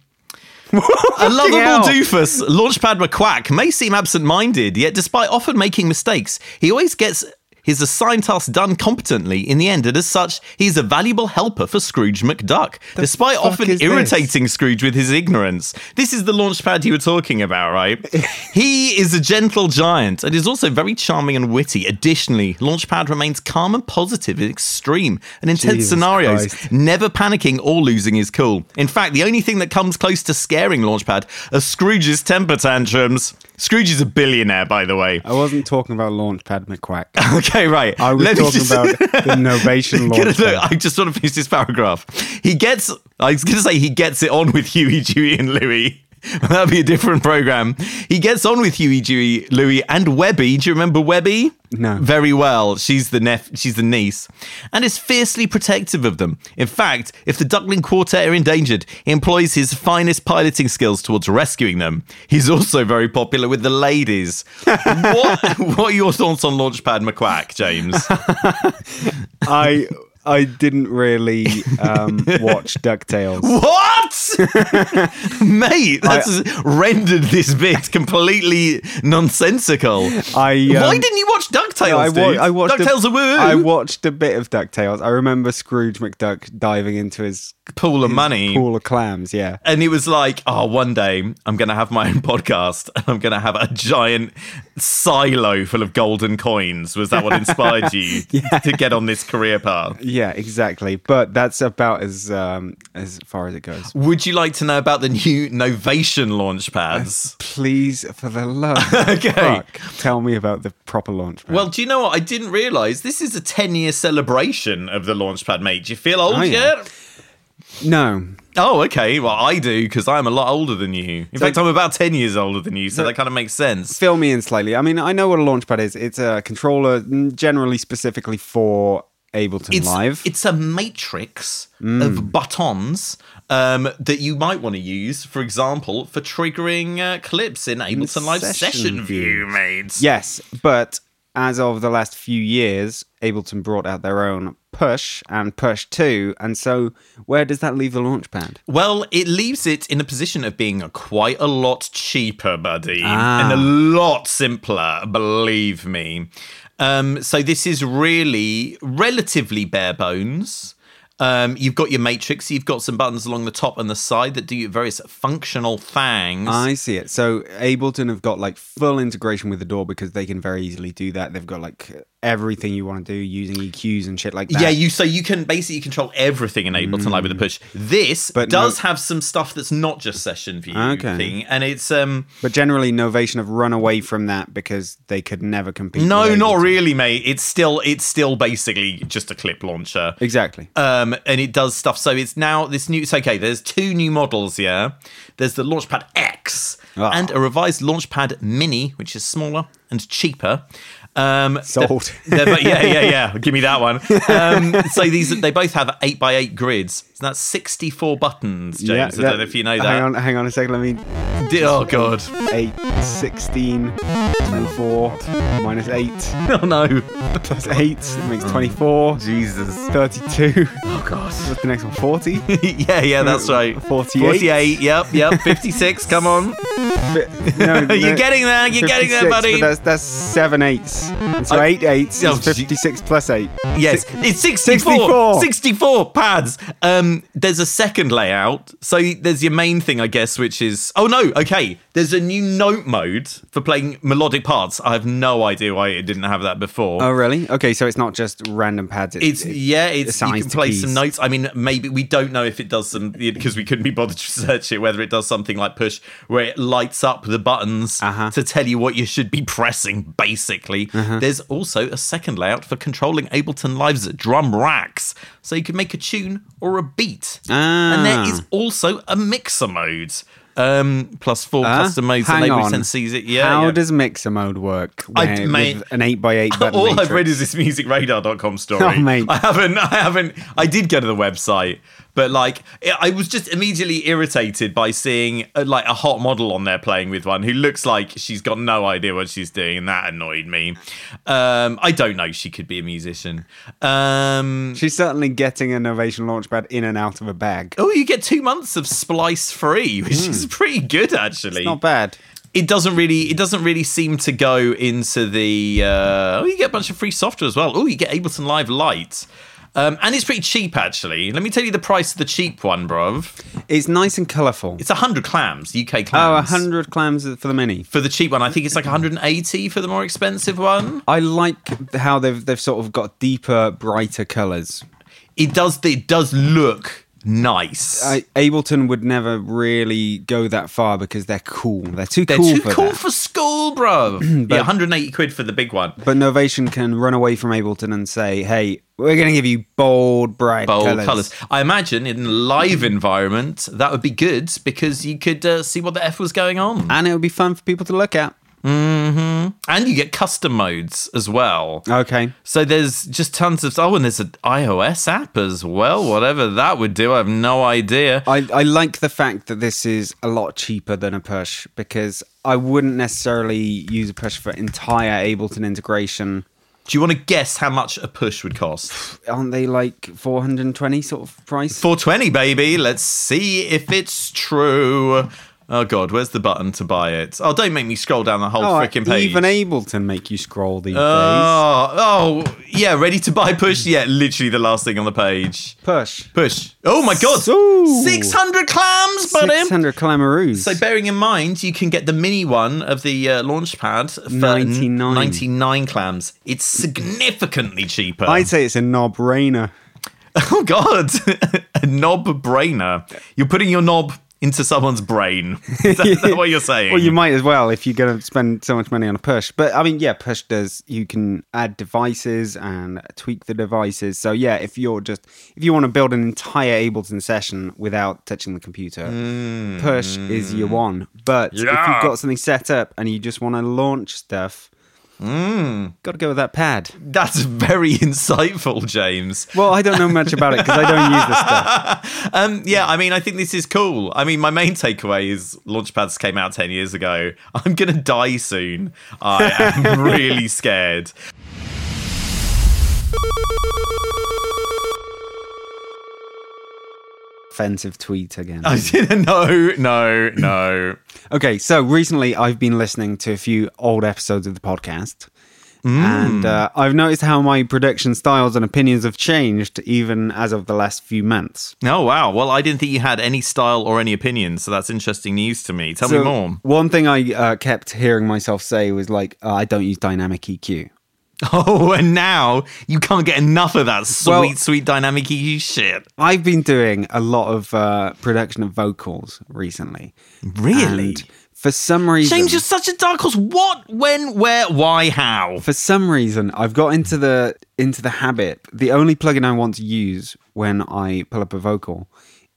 Speaker 1: a lovable
Speaker 2: hell.
Speaker 1: doofus, Launchpad McQuack may seem absent minded, yet despite often making mistakes, he always gets his assigned task done competently in the end, and as such, he's a valuable helper for Scrooge McDuck, despite
Speaker 2: fuck
Speaker 1: often
Speaker 2: is this?
Speaker 1: irritating Scrooge with his ignorance. This is the Launchpad you were talking about, right? he is a gentle giant and is also very charming and witty. Additionally, Launchpad remains calm and positive in extreme and intense
Speaker 2: Jesus
Speaker 1: scenarios,
Speaker 2: Christ.
Speaker 1: never panicking or losing his cool. In fact, the only thing that comes close to scaring Launchpad are Scrooge's temper tantrums. Scrooge is a billionaire, by the way.
Speaker 2: I wasn't talking about Launchpad McQuack.
Speaker 1: Okay, Okay, right.
Speaker 2: Oh. I was
Speaker 1: Let me
Speaker 2: talking
Speaker 1: just-
Speaker 2: about the Novation
Speaker 1: Gonna-
Speaker 2: launch.
Speaker 1: look, I just want to finish this paragraph. He gets. I was going to say he gets it on with Huey, Dewey, and Louie. That'd be a different program. He gets on with Huey, Dewey, Louie, and Webby. Do you remember Webby?
Speaker 2: No.
Speaker 1: Very well. She's the nep- She's the niece, and is fiercely protective of them. In fact, if the Duckling Quartet are endangered, he employs his finest piloting skills towards rescuing them. He's also very popular with the ladies. what? What are your thoughts on Launchpad McQuack, James?
Speaker 2: I I didn't really um, watch DuckTales.
Speaker 1: What? Mate, that's rendered this bit completely nonsensical.
Speaker 2: I um,
Speaker 1: Why didn't you watch DuckTales,
Speaker 2: I, wa-
Speaker 1: dude?
Speaker 2: I watched
Speaker 1: DuckTales
Speaker 2: a,
Speaker 1: are woo
Speaker 2: I watched a bit of DuckTales. I remember Scrooge McDuck diving into his
Speaker 1: pool of money.
Speaker 2: pool of clams. Yeah,
Speaker 1: And he was like, oh, one day I'm going to have my own podcast and I'm going to have a giant silo full of golden coins. Was that what inspired you to get on this career path?
Speaker 2: yeah, exactly. But that's about as um, as far as it goes.
Speaker 1: Would you like to know about the new Novation launch pads?
Speaker 2: Please, for the love,
Speaker 1: Okay.
Speaker 2: okay, fuck, tell me about the proper launch. pad.
Speaker 1: Well, do you know what? I didn't realise this is a 10 year celebration of the Launchpad, mate. Do you feel old
Speaker 2: Oh, yeah.
Speaker 1: yet?
Speaker 2: no,
Speaker 1: Oh, okay. Well, I do because I'm a lot older than you. In
Speaker 2: So-
Speaker 1: fact, I'm about 10 years older than you, so that kind of makes sense.
Speaker 2: fill me in slightly. I mean, I know what a launchpad is. It's a controller, n- generally specifically for Ableton
Speaker 1: It's,
Speaker 2: Live. Mm.
Speaker 1: it's a matrix of buttons um, that you might want to use, for example, for triggering uh, clips in Ableton Live
Speaker 2: session
Speaker 1: session, view, mate.
Speaker 2: yes, but as of the last few years, Ableton brought out their own Push and Push Two, and so where does that leave the launchpad?
Speaker 1: Well, it leaves it in a position of being quite a lot cheaper, buddy,
Speaker 2: Ah.
Speaker 1: and a lot simpler, believe me. Um, so this is really relatively bare bones. Um, you've got your matrix, you've got some buttons along the top and the side that do various functional things.
Speaker 2: I see it. So Ableton have got like full integration with Adore because they can very easily do that. They've got like everything you want to do using EQs and shit like that.
Speaker 1: yeah, you so you can basically control everything in Ableton Live with a push. This
Speaker 2: Hmm. But
Speaker 1: does
Speaker 2: no-
Speaker 1: have some stuff that's not just session view
Speaker 2: Okay.
Speaker 1: thing, and it's um
Speaker 2: But generally, Novation have run away from that because they could never compete.
Speaker 1: No,
Speaker 2: with
Speaker 1: not
Speaker 2: Ableton.
Speaker 1: really, mate. It's still it's still basically just a clip launcher.
Speaker 2: Exactly.
Speaker 1: Um, and it does stuff. So it's now this new. It's okay. There's two new models. Yeah, there's the Launchpad X
Speaker 2: Ah.
Speaker 1: and a revised Launchpad Mini, which is smaller and cheaper. Um,
Speaker 2: Sold.
Speaker 1: they're bo- yeah, yeah, yeah. Give me that one. Um, so these they both have eight by eight grids. So that's sixty four buttons, James. I
Speaker 2: that-
Speaker 1: don't know if you know
Speaker 2: Hang
Speaker 1: that.
Speaker 2: on, hang on a second. Let me.
Speaker 1: Di- Oh god.
Speaker 2: 8, 16, 24, minus 8,
Speaker 1: Oh no.
Speaker 2: plus 8 makes 24,
Speaker 1: Jesus.
Speaker 2: 32.
Speaker 1: Oh god.
Speaker 2: What's the next one? 40?
Speaker 1: yeah, yeah, that's right.
Speaker 2: 48.
Speaker 1: 48, yep, yep. 56, come on.
Speaker 2: No,
Speaker 1: You're getting there, you're getting there, buddy.
Speaker 2: That's, that's 7 eights. And so
Speaker 1: I-
Speaker 2: 8 eights
Speaker 1: Oh,
Speaker 2: is
Speaker 1: gee.
Speaker 2: 56 plus 8.
Speaker 1: Yes, it's 64.
Speaker 2: 64.
Speaker 1: 64 pads. Um, there's a second layout. So there's your main thing, I guess, which is. Oh, no, okay. There's a new note mode for playing melodic parts. I have no idea why it didn't have that before.
Speaker 2: Oh, really? Okay, so it's not just random pads.
Speaker 1: It's yeah, it's you
Speaker 2: assigns
Speaker 1: can
Speaker 2: to
Speaker 1: play some
Speaker 2: keys.
Speaker 1: notes. I mean, maybe we don't know if it does some because we couldn't be bothered to search it. Whether it does something like push, where it lights up the buttons
Speaker 2: Uh-huh.
Speaker 1: to tell you what you should be pressing. Basically, there's also a second layout for controlling Ableton Live's drum racks, so you can make a tune or a beat. And there
Speaker 2: Ah.
Speaker 1: is also a mixer mode. Um, plus four
Speaker 2: Huh?
Speaker 1: custom modes
Speaker 2: Uh, Hang
Speaker 1: enable
Speaker 2: on.
Speaker 1: senses it. Yeah,
Speaker 2: How
Speaker 1: yeah.
Speaker 2: does mixer mode work?
Speaker 1: I-
Speaker 2: when-
Speaker 1: mate-
Speaker 2: with an 8x8 button.
Speaker 1: All
Speaker 2: matrix?
Speaker 1: I've read is this musicradar.com story.
Speaker 2: Oh, mate.
Speaker 1: I haven't, I haven't, I did go to the website, but like, I- I was just immediately irritated by seeing uh, like a hot model on there playing with one who looks like she's got no idea what she's doing, and that annoyed me. Um, I don't know, she could be a musician. Um,
Speaker 2: She's certainly getting an Novation Launchpad in and out of a bag.
Speaker 1: oh, you get two months of splice free, which is pretty good actually.
Speaker 2: Hmm. Not bad.
Speaker 1: it doesn't really it doesn't really seem to go into the uh, oh you get a bunch of free software as well oh you get ableton live lite um, and it's pretty cheap actually let me tell you the price of the cheap one bruv
Speaker 2: It's nice and colourful.
Speaker 1: it's 100 clams uk clams
Speaker 2: Oh, 100 clams for the mini.
Speaker 1: for the cheap one i think it's like 180 for the more expensive one
Speaker 2: I like how they've they've sort of got deeper, brighter colours.
Speaker 1: it does it does look nice.
Speaker 2: I, Ableton would never really go that far because they're cool. They're too
Speaker 1: They're
Speaker 2: cool
Speaker 1: too
Speaker 2: for
Speaker 1: cool
Speaker 2: that.
Speaker 1: for school, bro. yeah, 180 quid for the big one.
Speaker 2: but Novation can run away from Ableton and say, "Hey, we're going to give you bold, bright
Speaker 1: Bold
Speaker 2: colors.
Speaker 1: colours. I imagine in a live environment that would be good because you could uh, see what the f was going on,
Speaker 2: and it would be fun for people to look at."
Speaker 1: and you get custom modes as well.
Speaker 2: Okay,
Speaker 1: So there's just tons of oh, and there's an iOS app as well. Whatever that would do, I have no idea.
Speaker 2: I, I like the fact that this is a lot cheaper than a push because I wouldn't necessarily use a push for entire Ableton integration.
Speaker 1: Do you want to guess how much a push would cost?
Speaker 2: Aren't they like 420 sort of price?
Speaker 1: 420, baby. Let's see if it's true. Oh god, where's the button to buy it? Oh, don't make me scroll down the whole
Speaker 2: Oh,
Speaker 1: freaking page.
Speaker 2: Even Ableton make you scroll these
Speaker 1: Oh, oh, yeah, ready to buy push. Yeah, literally the last thing on the page.
Speaker 2: days. Push.
Speaker 1: Push. Oh my god.
Speaker 2: So-
Speaker 1: 600 clams, buddy.
Speaker 2: 600 Clamaroos.
Speaker 1: um, So bearing in mind, you can get the mini one of the uh, launch pad for
Speaker 2: 99.
Speaker 1: 99 clams. It's significantly cheaper.
Speaker 2: I'd say it's a knob brainer.
Speaker 1: oh god. A knob brainer. You're putting your knob into someone's brain. Is that, is that what you're saying?
Speaker 2: Well, you might as well if you're going to spend so much money on a push. But I mean, yeah, push does. You can add devices and tweak the devices. So yeah, if you're just if you want to build an entire Ableton session without touching the computer, push is your one. But if
Speaker 1: Yeah.
Speaker 2: you've got something set up and you just want to launch stuff, got to go with that pad.
Speaker 1: That's very insightful, James.
Speaker 2: Well, I don't know much about it because I don't use this stuff.
Speaker 1: Um, yeah, I mean, I think this is cool. I mean, my main takeaway is launchpads came out 10 years ago. I'm going to die soon. I am really scared.
Speaker 2: Offensive tweet again.
Speaker 1: I didn't know. No, no.
Speaker 2: Okay, so recently I've been listening to a few old episodes of the podcast,
Speaker 1: Mm.
Speaker 2: and uh, I've noticed how my production styles and opinions have changed even as of the last few months.
Speaker 1: Oh, wow. Well, I didn't think you had any style or any opinions, so that's interesting news to me. Tell me
Speaker 2: So
Speaker 1: more.
Speaker 2: One thing I uh, kept hearing myself say was like, "Oh, "I don't use dynamic EQ."
Speaker 1: Oh, and now you can't get enough of that sweet,
Speaker 2: Well-
Speaker 1: sweet dynamic EQ shit.
Speaker 2: I've been doing a lot of uh, production of vocals recently.
Speaker 1: Really?
Speaker 2: And for some reason,
Speaker 1: James, you're such a dark horse. What, when, where, why, how?
Speaker 2: for some reason I've got into the into the habit. The only plugin I want to use when I pull up a vocal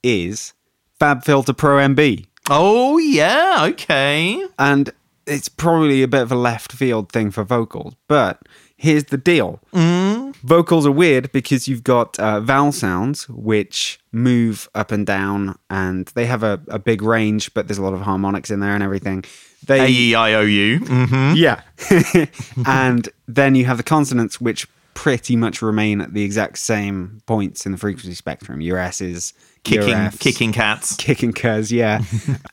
Speaker 2: is FabFilter Pro MB,
Speaker 1: Oh, yeah. Okay.
Speaker 2: and it's probably a bit of a left field thing for vocals. But here's the deal: vocals are weird because you've got uh, vowel sounds which move up and down, and they have a, a big range, but there's a lot of harmonics in there and everything. They
Speaker 1: A E I O U. Mm-hmm.
Speaker 2: yeah. and then you have the consonants, which pretty much remain at the exact same points in the frequency spectrum. Your S's, your
Speaker 1: kicking
Speaker 2: Fs,
Speaker 1: kicking cats.
Speaker 2: kicking curs, yeah.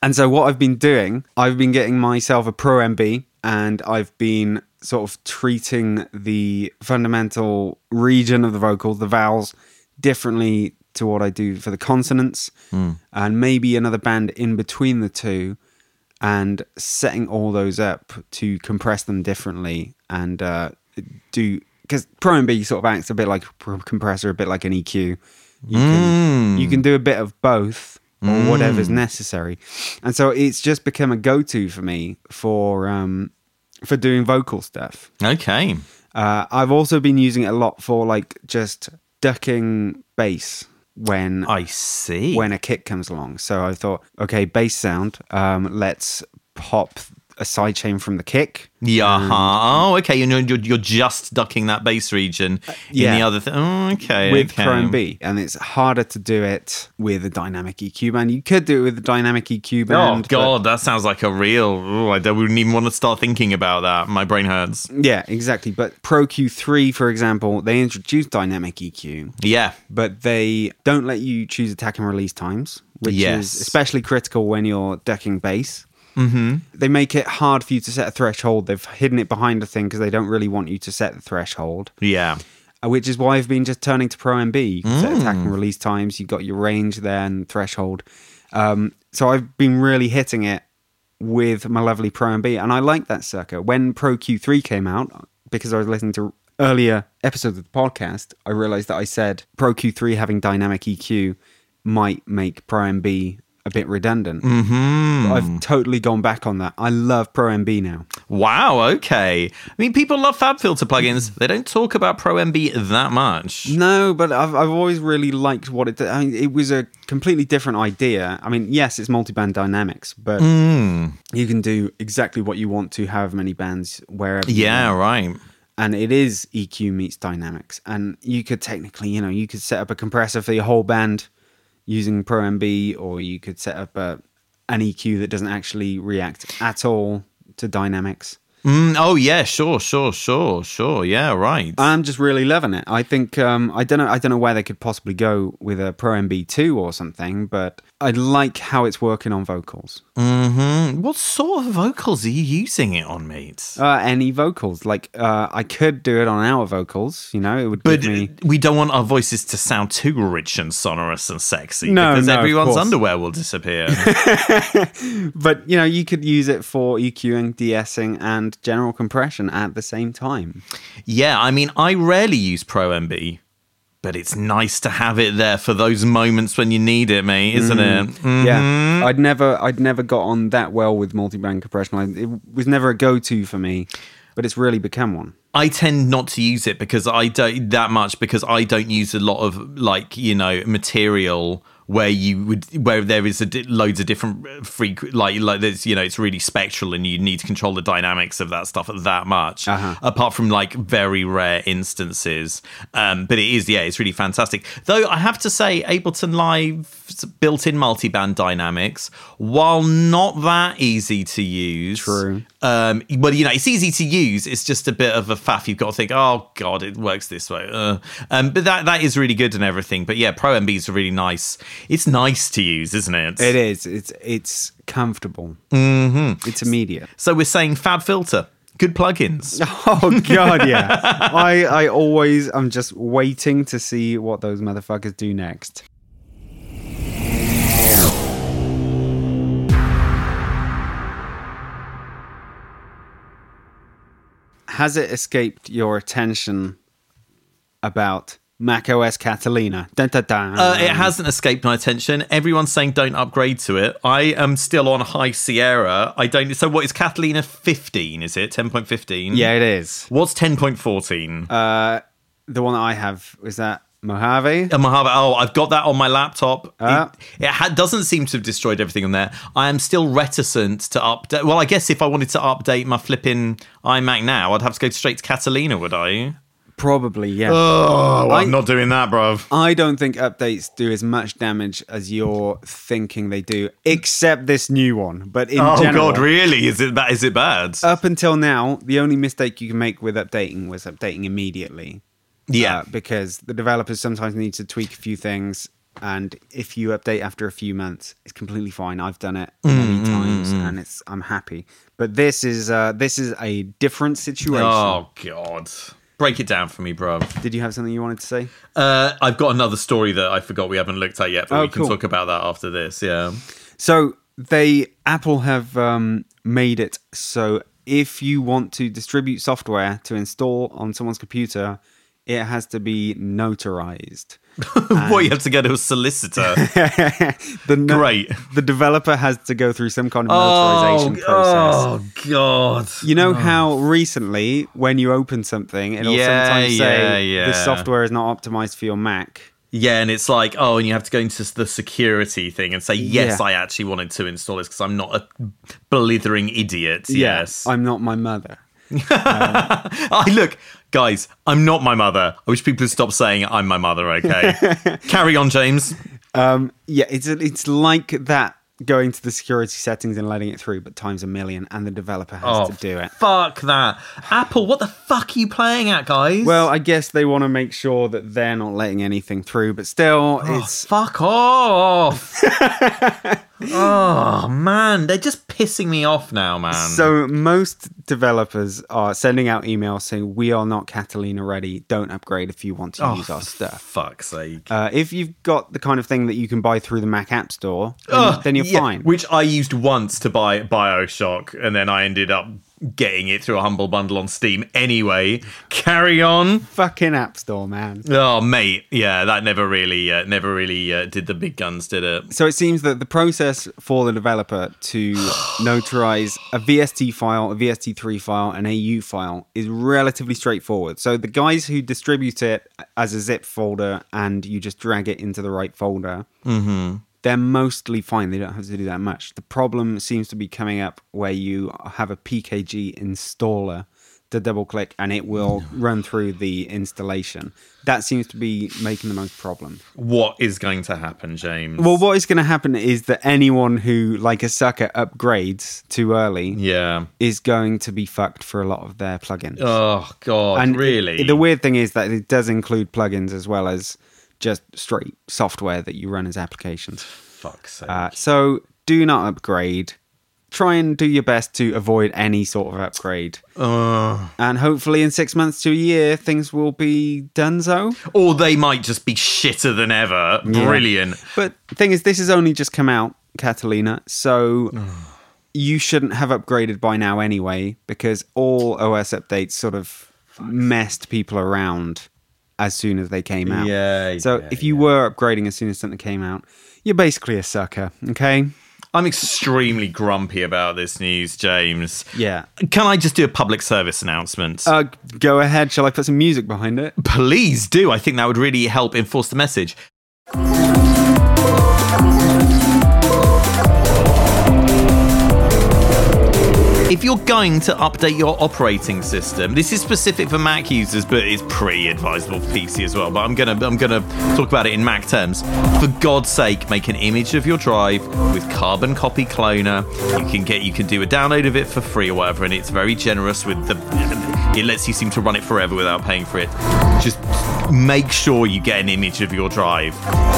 Speaker 2: and so what I've been doing, I've been getting myself a Pro MB, and I've been sort of treating the fundamental region of the vocals, the vowels, differently to what I do for the consonants, and maybe another band in between the two, and setting all those up to compress them differently and uh, do because Pro MB sort of acts a bit like a pro- compressor, a bit like an E EQ. You can
Speaker 1: Hmm.
Speaker 2: you can do a bit of both or whatever's necessary, and so it's just become a go-to for me for um, for doing vocal stuff.
Speaker 1: Okay.
Speaker 2: Uh, I've also been using it a lot for like just ducking bass when
Speaker 1: I see.
Speaker 2: when a kick comes along. So I thought, okay, bass sound. Um, let's pop a sidechain from the kick.
Speaker 1: yeah.
Speaker 2: Mm.
Speaker 1: huh. Uh-huh. Oh, okay. You know, you're, you're just ducking that bass region in
Speaker 2: yeah.
Speaker 1: the other thing. Oh, okay.
Speaker 2: with
Speaker 1: okay.
Speaker 2: Pro and B, and it's harder to do it with a dynamic EQ band. You could do it with a dynamic EQ
Speaker 1: Oh
Speaker 2: band. but-
Speaker 1: God, that sounds like a real. Ooh, I don't- wouldn't even want to start thinking about that. My brain hurts.
Speaker 2: yeah, exactly. But Pro Q3, for example, they introduced dynamic EQ,
Speaker 1: Yeah.
Speaker 2: but they don't let you choose attack and release times, which
Speaker 1: Yes.
Speaker 2: is especially critical when you're ducking bass. Mm-hmm. They make it hard for you to set a threshold. They've hidden it behind a thing because they don't really want you to set the threshold.
Speaker 1: Yeah.
Speaker 2: uh, which is why I've been just turning to Pro MB. You can set attack and release times. You've got your range there and threshold. Um, so I've been really hitting it with my lovely Pro MB, and I like that sucker. When Pro Q3 came out, because I was listening to earlier episodes of the podcast, I realized that I said Pro Q3 having dynamic EQ might make Pro MB a bit redundant. But I've totally gone back on that. I love Pro MB now.
Speaker 1: Wow, okay. I mean, people love Fab Filter plugins. They don't talk about Pro MB that much.
Speaker 2: No, but I've, I've always really liked what it did. I mean, it was a completely different idea. I mean, yes, it's multi-band dynamics, but
Speaker 1: Mm.
Speaker 2: you can do exactly what you want to, however many bands, wherever. you
Speaker 1: Yeah, right.
Speaker 2: and it is EQ meets dynamics. And you could technically, you know, you could set up a compressor for your whole band using Pro MB, or you could set up a, an EQ that doesn't actually react at all to dynamics.
Speaker 1: Mm, oh, yeah, sure, sure, sure, sure. Yeah, right.
Speaker 2: I'm just really loving it. I think um, I don't know. I don't know where they could possibly go with a Pro MB two or something, but I like how it's working on vocals.
Speaker 1: Mm, what sort of vocals are you using it on, mate?
Speaker 2: Uh, any vocals, like uh, I could do it on our vocals. You know, it would
Speaker 1: But
Speaker 2: give me.
Speaker 1: we don't want our voices to sound too rich and sonorous and sexy
Speaker 2: No,
Speaker 1: because
Speaker 2: no, of
Speaker 1: everyone's
Speaker 2: course.
Speaker 1: underwear will disappear.
Speaker 2: But you know, you could use it for E EQing, de-essing, and general compression at the same time.
Speaker 1: Yeah, I mean, I rarely use Pro MB, but it's nice to have it there for those moments when you need it, mate, isn't it? Mm.
Speaker 2: Yeah, I'd never, I'd never got on that well with multi-band compression. I, it was never a go-to for me, but it's really become one.
Speaker 1: I tend not to use it because I don't that much because I don't use a lot of like you know material where you would where there is a di- loads of different frequent like like there's you know it's really spectral and you need to control the dynamics of that stuff that much apart from like very rare instances um but it is yeah it's really fantastic though i have to say ableton live's built-in multiband dynamics while not that easy to use
Speaker 2: True.
Speaker 1: um, well, you know, it's easy to use. It's just a bit of a faff. You've got to think, oh god, it works this way. Uh. Um, but that that is really good and everything. But yeah, Pro MB is really nice. It's nice to use, isn't it?
Speaker 2: It is. It's it's comfortable. Mm-hmm. It's immediate.
Speaker 1: So we're saying Fab Filter, good plugins.
Speaker 2: Oh god, yeah. I I always I'm just waiting to see what those motherfuckers do next. Has it escaped your attention about Mac OS Catalina? Dun, dun, dun.
Speaker 1: Uh, it hasn't escaped my attention. Everyone's saying don't upgrade to it. I am still on High Sierra. I don't. So what is Catalina fifteen? Is it ten point fifteen?
Speaker 2: Yeah, it is.
Speaker 1: What's ten point fourteen?
Speaker 2: The one that I have is that Mojave.
Speaker 1: And Mojave, oh, I've got that on my laptop.
Speaker 2: Ah.
Speaker 1: it it ha- doesn't seem to have destroyed everything on there. I am still reticent to update. Well, I guess if I wanted to update my flipping iMac now, I'd have to go straight to Catalina, would I?
Speaker 2: Probably, yeah.
Speaker 1: Oh,
Speaker 2: I'm I-
Speaker 1: not doing that, bruv.
Speaker 2: I don't think updates do as much damage as you're thinking they do, except this new one. But in
Speaker 1: Oh
Speaker 2: general, Uh,
Speaker 1: God, really? Is it that? Is it bad?
Speaker 2: up until now, the only mistake you can make with updating was updating immediately. Uh,
Speaker 1: Yeah.
Speaker 2: because the developers sometimes need to tweak a few things, and if you update after a few months, it's completely fine. I've done it
Speaker 1: Mm,
Speaker 2: many times, and it's I'm happy. But this is uh, this is a different situation.
Speaker 1: oh God, break it down for me, bruv.
Speaker 2: Did you have something you wanted to say?
Speaker 1: Uh, I've got another story that I forgot we haven't looked at yet, but
Speaker 2: Oh,
Speaker 1: we can
Speaker 2: cool.
Speaker 1: talk about that after this. Yeah.
Speaker 2: So they Apple have um, made it so if you want to distribute software to install on someone's computer, it has to be notarized.
Speaker 1: what you have to go to a solicitor?
Speaker 2: The no-
Speaker 1: Great.
Speaker 2: The developer has to go through some kind of
Speaker 1: Oh,
Speaker 2: notarization process.
Speaker 1: oh, God.
Speaker 2: You know how recently, when you open something, it'll
Speaker 1: Yeah,
Speaker 2: sometimes say
Speaker 1: yeah, yeah.
Speaker 2: this software is not optimized for your Mac.
Speaker 1: Yeah, and it's like, oh, and you have to go into the security thing and say, yes,
Speaker 2: Yeah.
Speaker 1: I actually wanted to install this because I'm not a blithering idiot. Yes.
Speaker 2: I'm not my mother.
Speaker 1: I look, guys, I'm not my mother. I wish people would stop saying I'm my mother, okay? Carry on, James.
Speaker 2: Yeah, it's it's like that going to the security settings and letting it through, but times a million, and the developer has to do it.
Speaker 1: Oh, Fuck that. Apple, what the fuck are you playing at, guys?
Speaker 2: Well, I guess they want to make sure that they're not letting anything through, but still,
Speaker 1: Oh,
Speaker 2: it's
Speaker 1: fuck off. oh, man. They're just pissing me off now, man.
Speaker 2: so most developers are sending out emails saying we are not Catalina ready. Don't upgrade if you want
Speaker 1: Oh,
Speaker 2: to use our stuff.
Speaker 1: Fuck's sake.
Speaker 2: Uh, if you've got the kind of thing that you can buy through the Mac App Store, then, then you're
Speaker 1: Yeah,
Speaker 2: fine.
Speaker 1: Which I used once to buy Bioshock, and then I ended up getting it through a humble bundle on Steam anyway. Carry on.
Speaker 2: Fucking App Store, man.
Speaker 1: Oh mate, yeah, that never really, uh, never really uh, did the big guns, did it?
Speaker 2: Um, So it seems that the process for the developer to notarize a VST file, a VST3 file, an AU file is relatively straightforward. So the guys who distribute it as a zip folder and you just drag it into the right folder, they're mostly fine. They don't have to do that much. The problem seems to be coming up where you have a PKG installer to double click and it will run through the installation. That seems to be making the most problem.
Speaker 1: What is going to happen, James?
Speaker 2: Well, what is going to happen is that anyone who, like a sucker, upgrades too early
Speaker 1: yeah.
Speaker 2: is going to be fucked for a lot of their plugins.
Speaker 1: Oh god,
Speaker 2: and
Speaker 1: really?
Speaker 2: it- the weird thing is that it does include plugins as well as just straight software that you run as applications.
Speaker 1: Fuck's sake.
Speaker 2: Uh, so do not upgrade. Try and do your best to avoid any sort of upgrade.
Speaker 1: Uh.
Speaker 2: and hopefully, in six months to a year, things will be donezo.
Speaker 1: or they might just be shitter than ever. Brilliant.
Speaker 2: But thing is, this has only just come out, Catalina, so you shouldn't have upgraded by now anyway, because all OS updates sort of messed people around as soon as they came out.
Speaker 1: Yeah,
Speaker 2: So
Speaker 1: yeah,
Speaker 2: if you were upgrading as soon as something came out, you're basically a sucker. Okay.
Speaker 1: I'm extremely grumpy about this news, James.
Speaker 2: Yeah.
Speaker 1: Can I just do a public service announcement?
Speaker 2: Uh, go ahead. Shall I put some music behind it?
Speaker 1: Please do. I think that would really help enforce the message. If you're going to update your operating system, this is specific for Mac users, but it's pretty advisable for PC as well. But I'm gonna I'm gonna talk about it in Mac terms. For God's sake, make an image of your drive with Carbon Copy Cloner. You can get you can do a download of it for free or whatever, and it's very generous with the. It lets you seem to run it forever without paying for it. Just make sure you get an image of your drive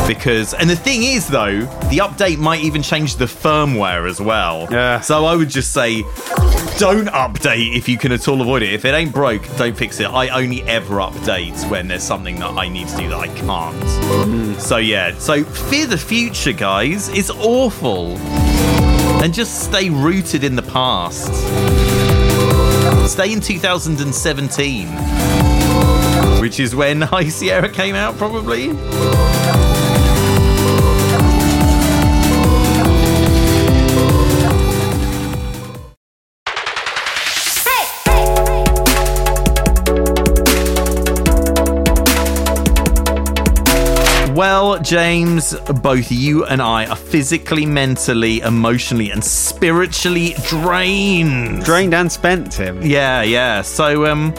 Speaker 1: because and the thing is though the update might even change the firmware as well
Speaker 2: Yeah.
Speaker 1: so i would just say don't update if you can at all avoid it if it ain't broke don't fix it i only ever update when there's something that i need to do that i can't so yeah so fear the future guys it's awful and just stay rooted in the past stay in 2017 which is when high sierra came out probably Well, James, both you and I are physically, mentally, emotionally, and spiritually drained.
Speaker 2: Drained and spent, Tim.
Speaker 1: yeah, yeah. So, um,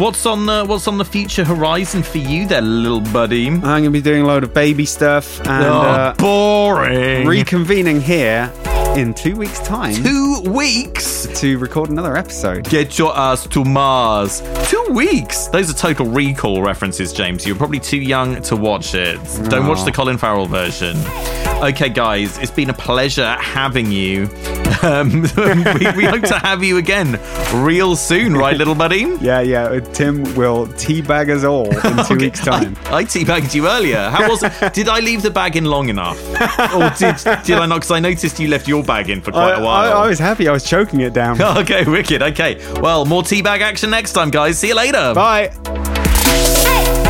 Speaker 1: what's on the what's on the future horizon for you, there, little buddy? And,
Speaker 2: I'm going to be doing a load of baby stuff and
Speaker 1: Oh,
Speaker 2: uh,
Speaker 1: boring.
Speaker 2: reconvening here in two weeks' time
Speaker 1: Two weeks.
Speaker 2: to record another episode.
Speaker 1: Get your ass to Mars. Two weeks. Those are total recall references, James. You're probably too young to watch it. Don't watch the Colin Farrell version. Okay, guys, it's been a pleasure having you. Um, we, we hope to have you again real soon, right, little buddy?
Speaker 2: Yeah, yeah. Tim will teabag us all in two weeks' time.
Speaker 1: I teabagged you earlier. How was? did I leave the bag in long enough, or did did I not? Because I noticed you left your bag in for quite a while.
Speaker 2: I, I was happy. I was choking it down.
Speaker 1: okay, wicked. Okay, well, more teabag action next time, guys. See you later.
Speaker 2: Bye.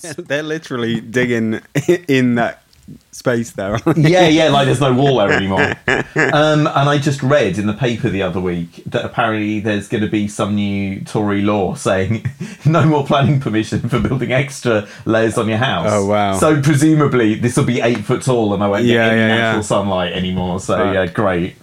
Speaker 2: They're literally digging in that space there.
Speaker 1: yeah, yeah, like there's no wall there anymore. Um, and I just read in the paper the other week that apparently there's going to be some new Tory law saying no more planning permission for building extra layers on your house.
Speaker 2: Oh, wow.
Speaker 1: So presumably this will be eight foot tall and I won't
Speaker 2: Yeah,
Speaker 1: get any
Speaker 2: yeah, yeah.
Speaker 1: natural sunlight anymore. So
Speaker 2: Fuck.
Speaker 1: yeah, great.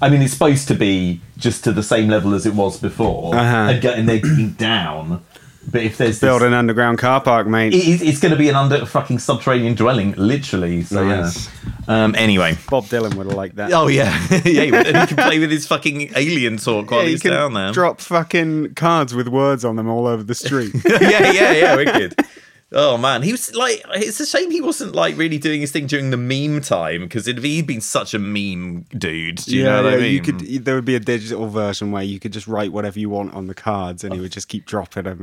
Speaker 1: I mean, it's supposed to be just to the same level as it was before,
Speaker 2: Uh-huh.
Speaker 1: and, get, and they're digging down. But if there's this,
Speaker 2: Build an underground car park, mate.
Speaker 1: it- it's going to be an under fucking subterranean dwelling, literally. So
Speaker 2: Nice.
Speaker 1: yeah. Um, anyway.
Speaker 2: Bob Dylan would have liked that.
Speaker 1: Oh yeah, yeah. He, would- and he can play with his fucking alien talk while
Speaker 2: Yeah, you
Speaker 1: he's
Speaker 2: can
Speaker 1: down there.
Speaker 2: drop fucking cards with words on them all over the street.
Speaker 1: yeah, yeah, yeah. Wicked. Oh man, he was like, it's a shame he wasn't like really doing his thing during the meme time because if he'd been such a meme dude, do you know what I mean?
Speaker 2: you could. There would be a digital version where you could just write whatever you want on the cards, and he would just keep dropping them.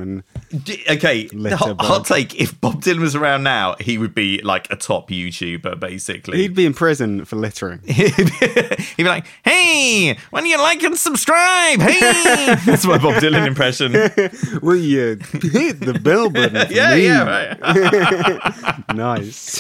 Speaker 2: And
Speaker 1: D- okay,
Speaker 2: Litter
Speaker 1: hot,
Speaker 2: bug.
Speaker 1: hot take. If Bob Dylan was around now, he would be like a top YouTuber, basically.
Speaker 2: he'd be in prison for littering.
Speaker 1: He'd be, he'd be like, "Hey, why don't you like and subscribe?" Hey, that's my Bob Dylan impression.
Speaker 2: Will you hit the bell button? for
Speaker 1: Yeah,
Speaker 2: me?
Speaker 1: yeah, right.
Speaker 2: Nice.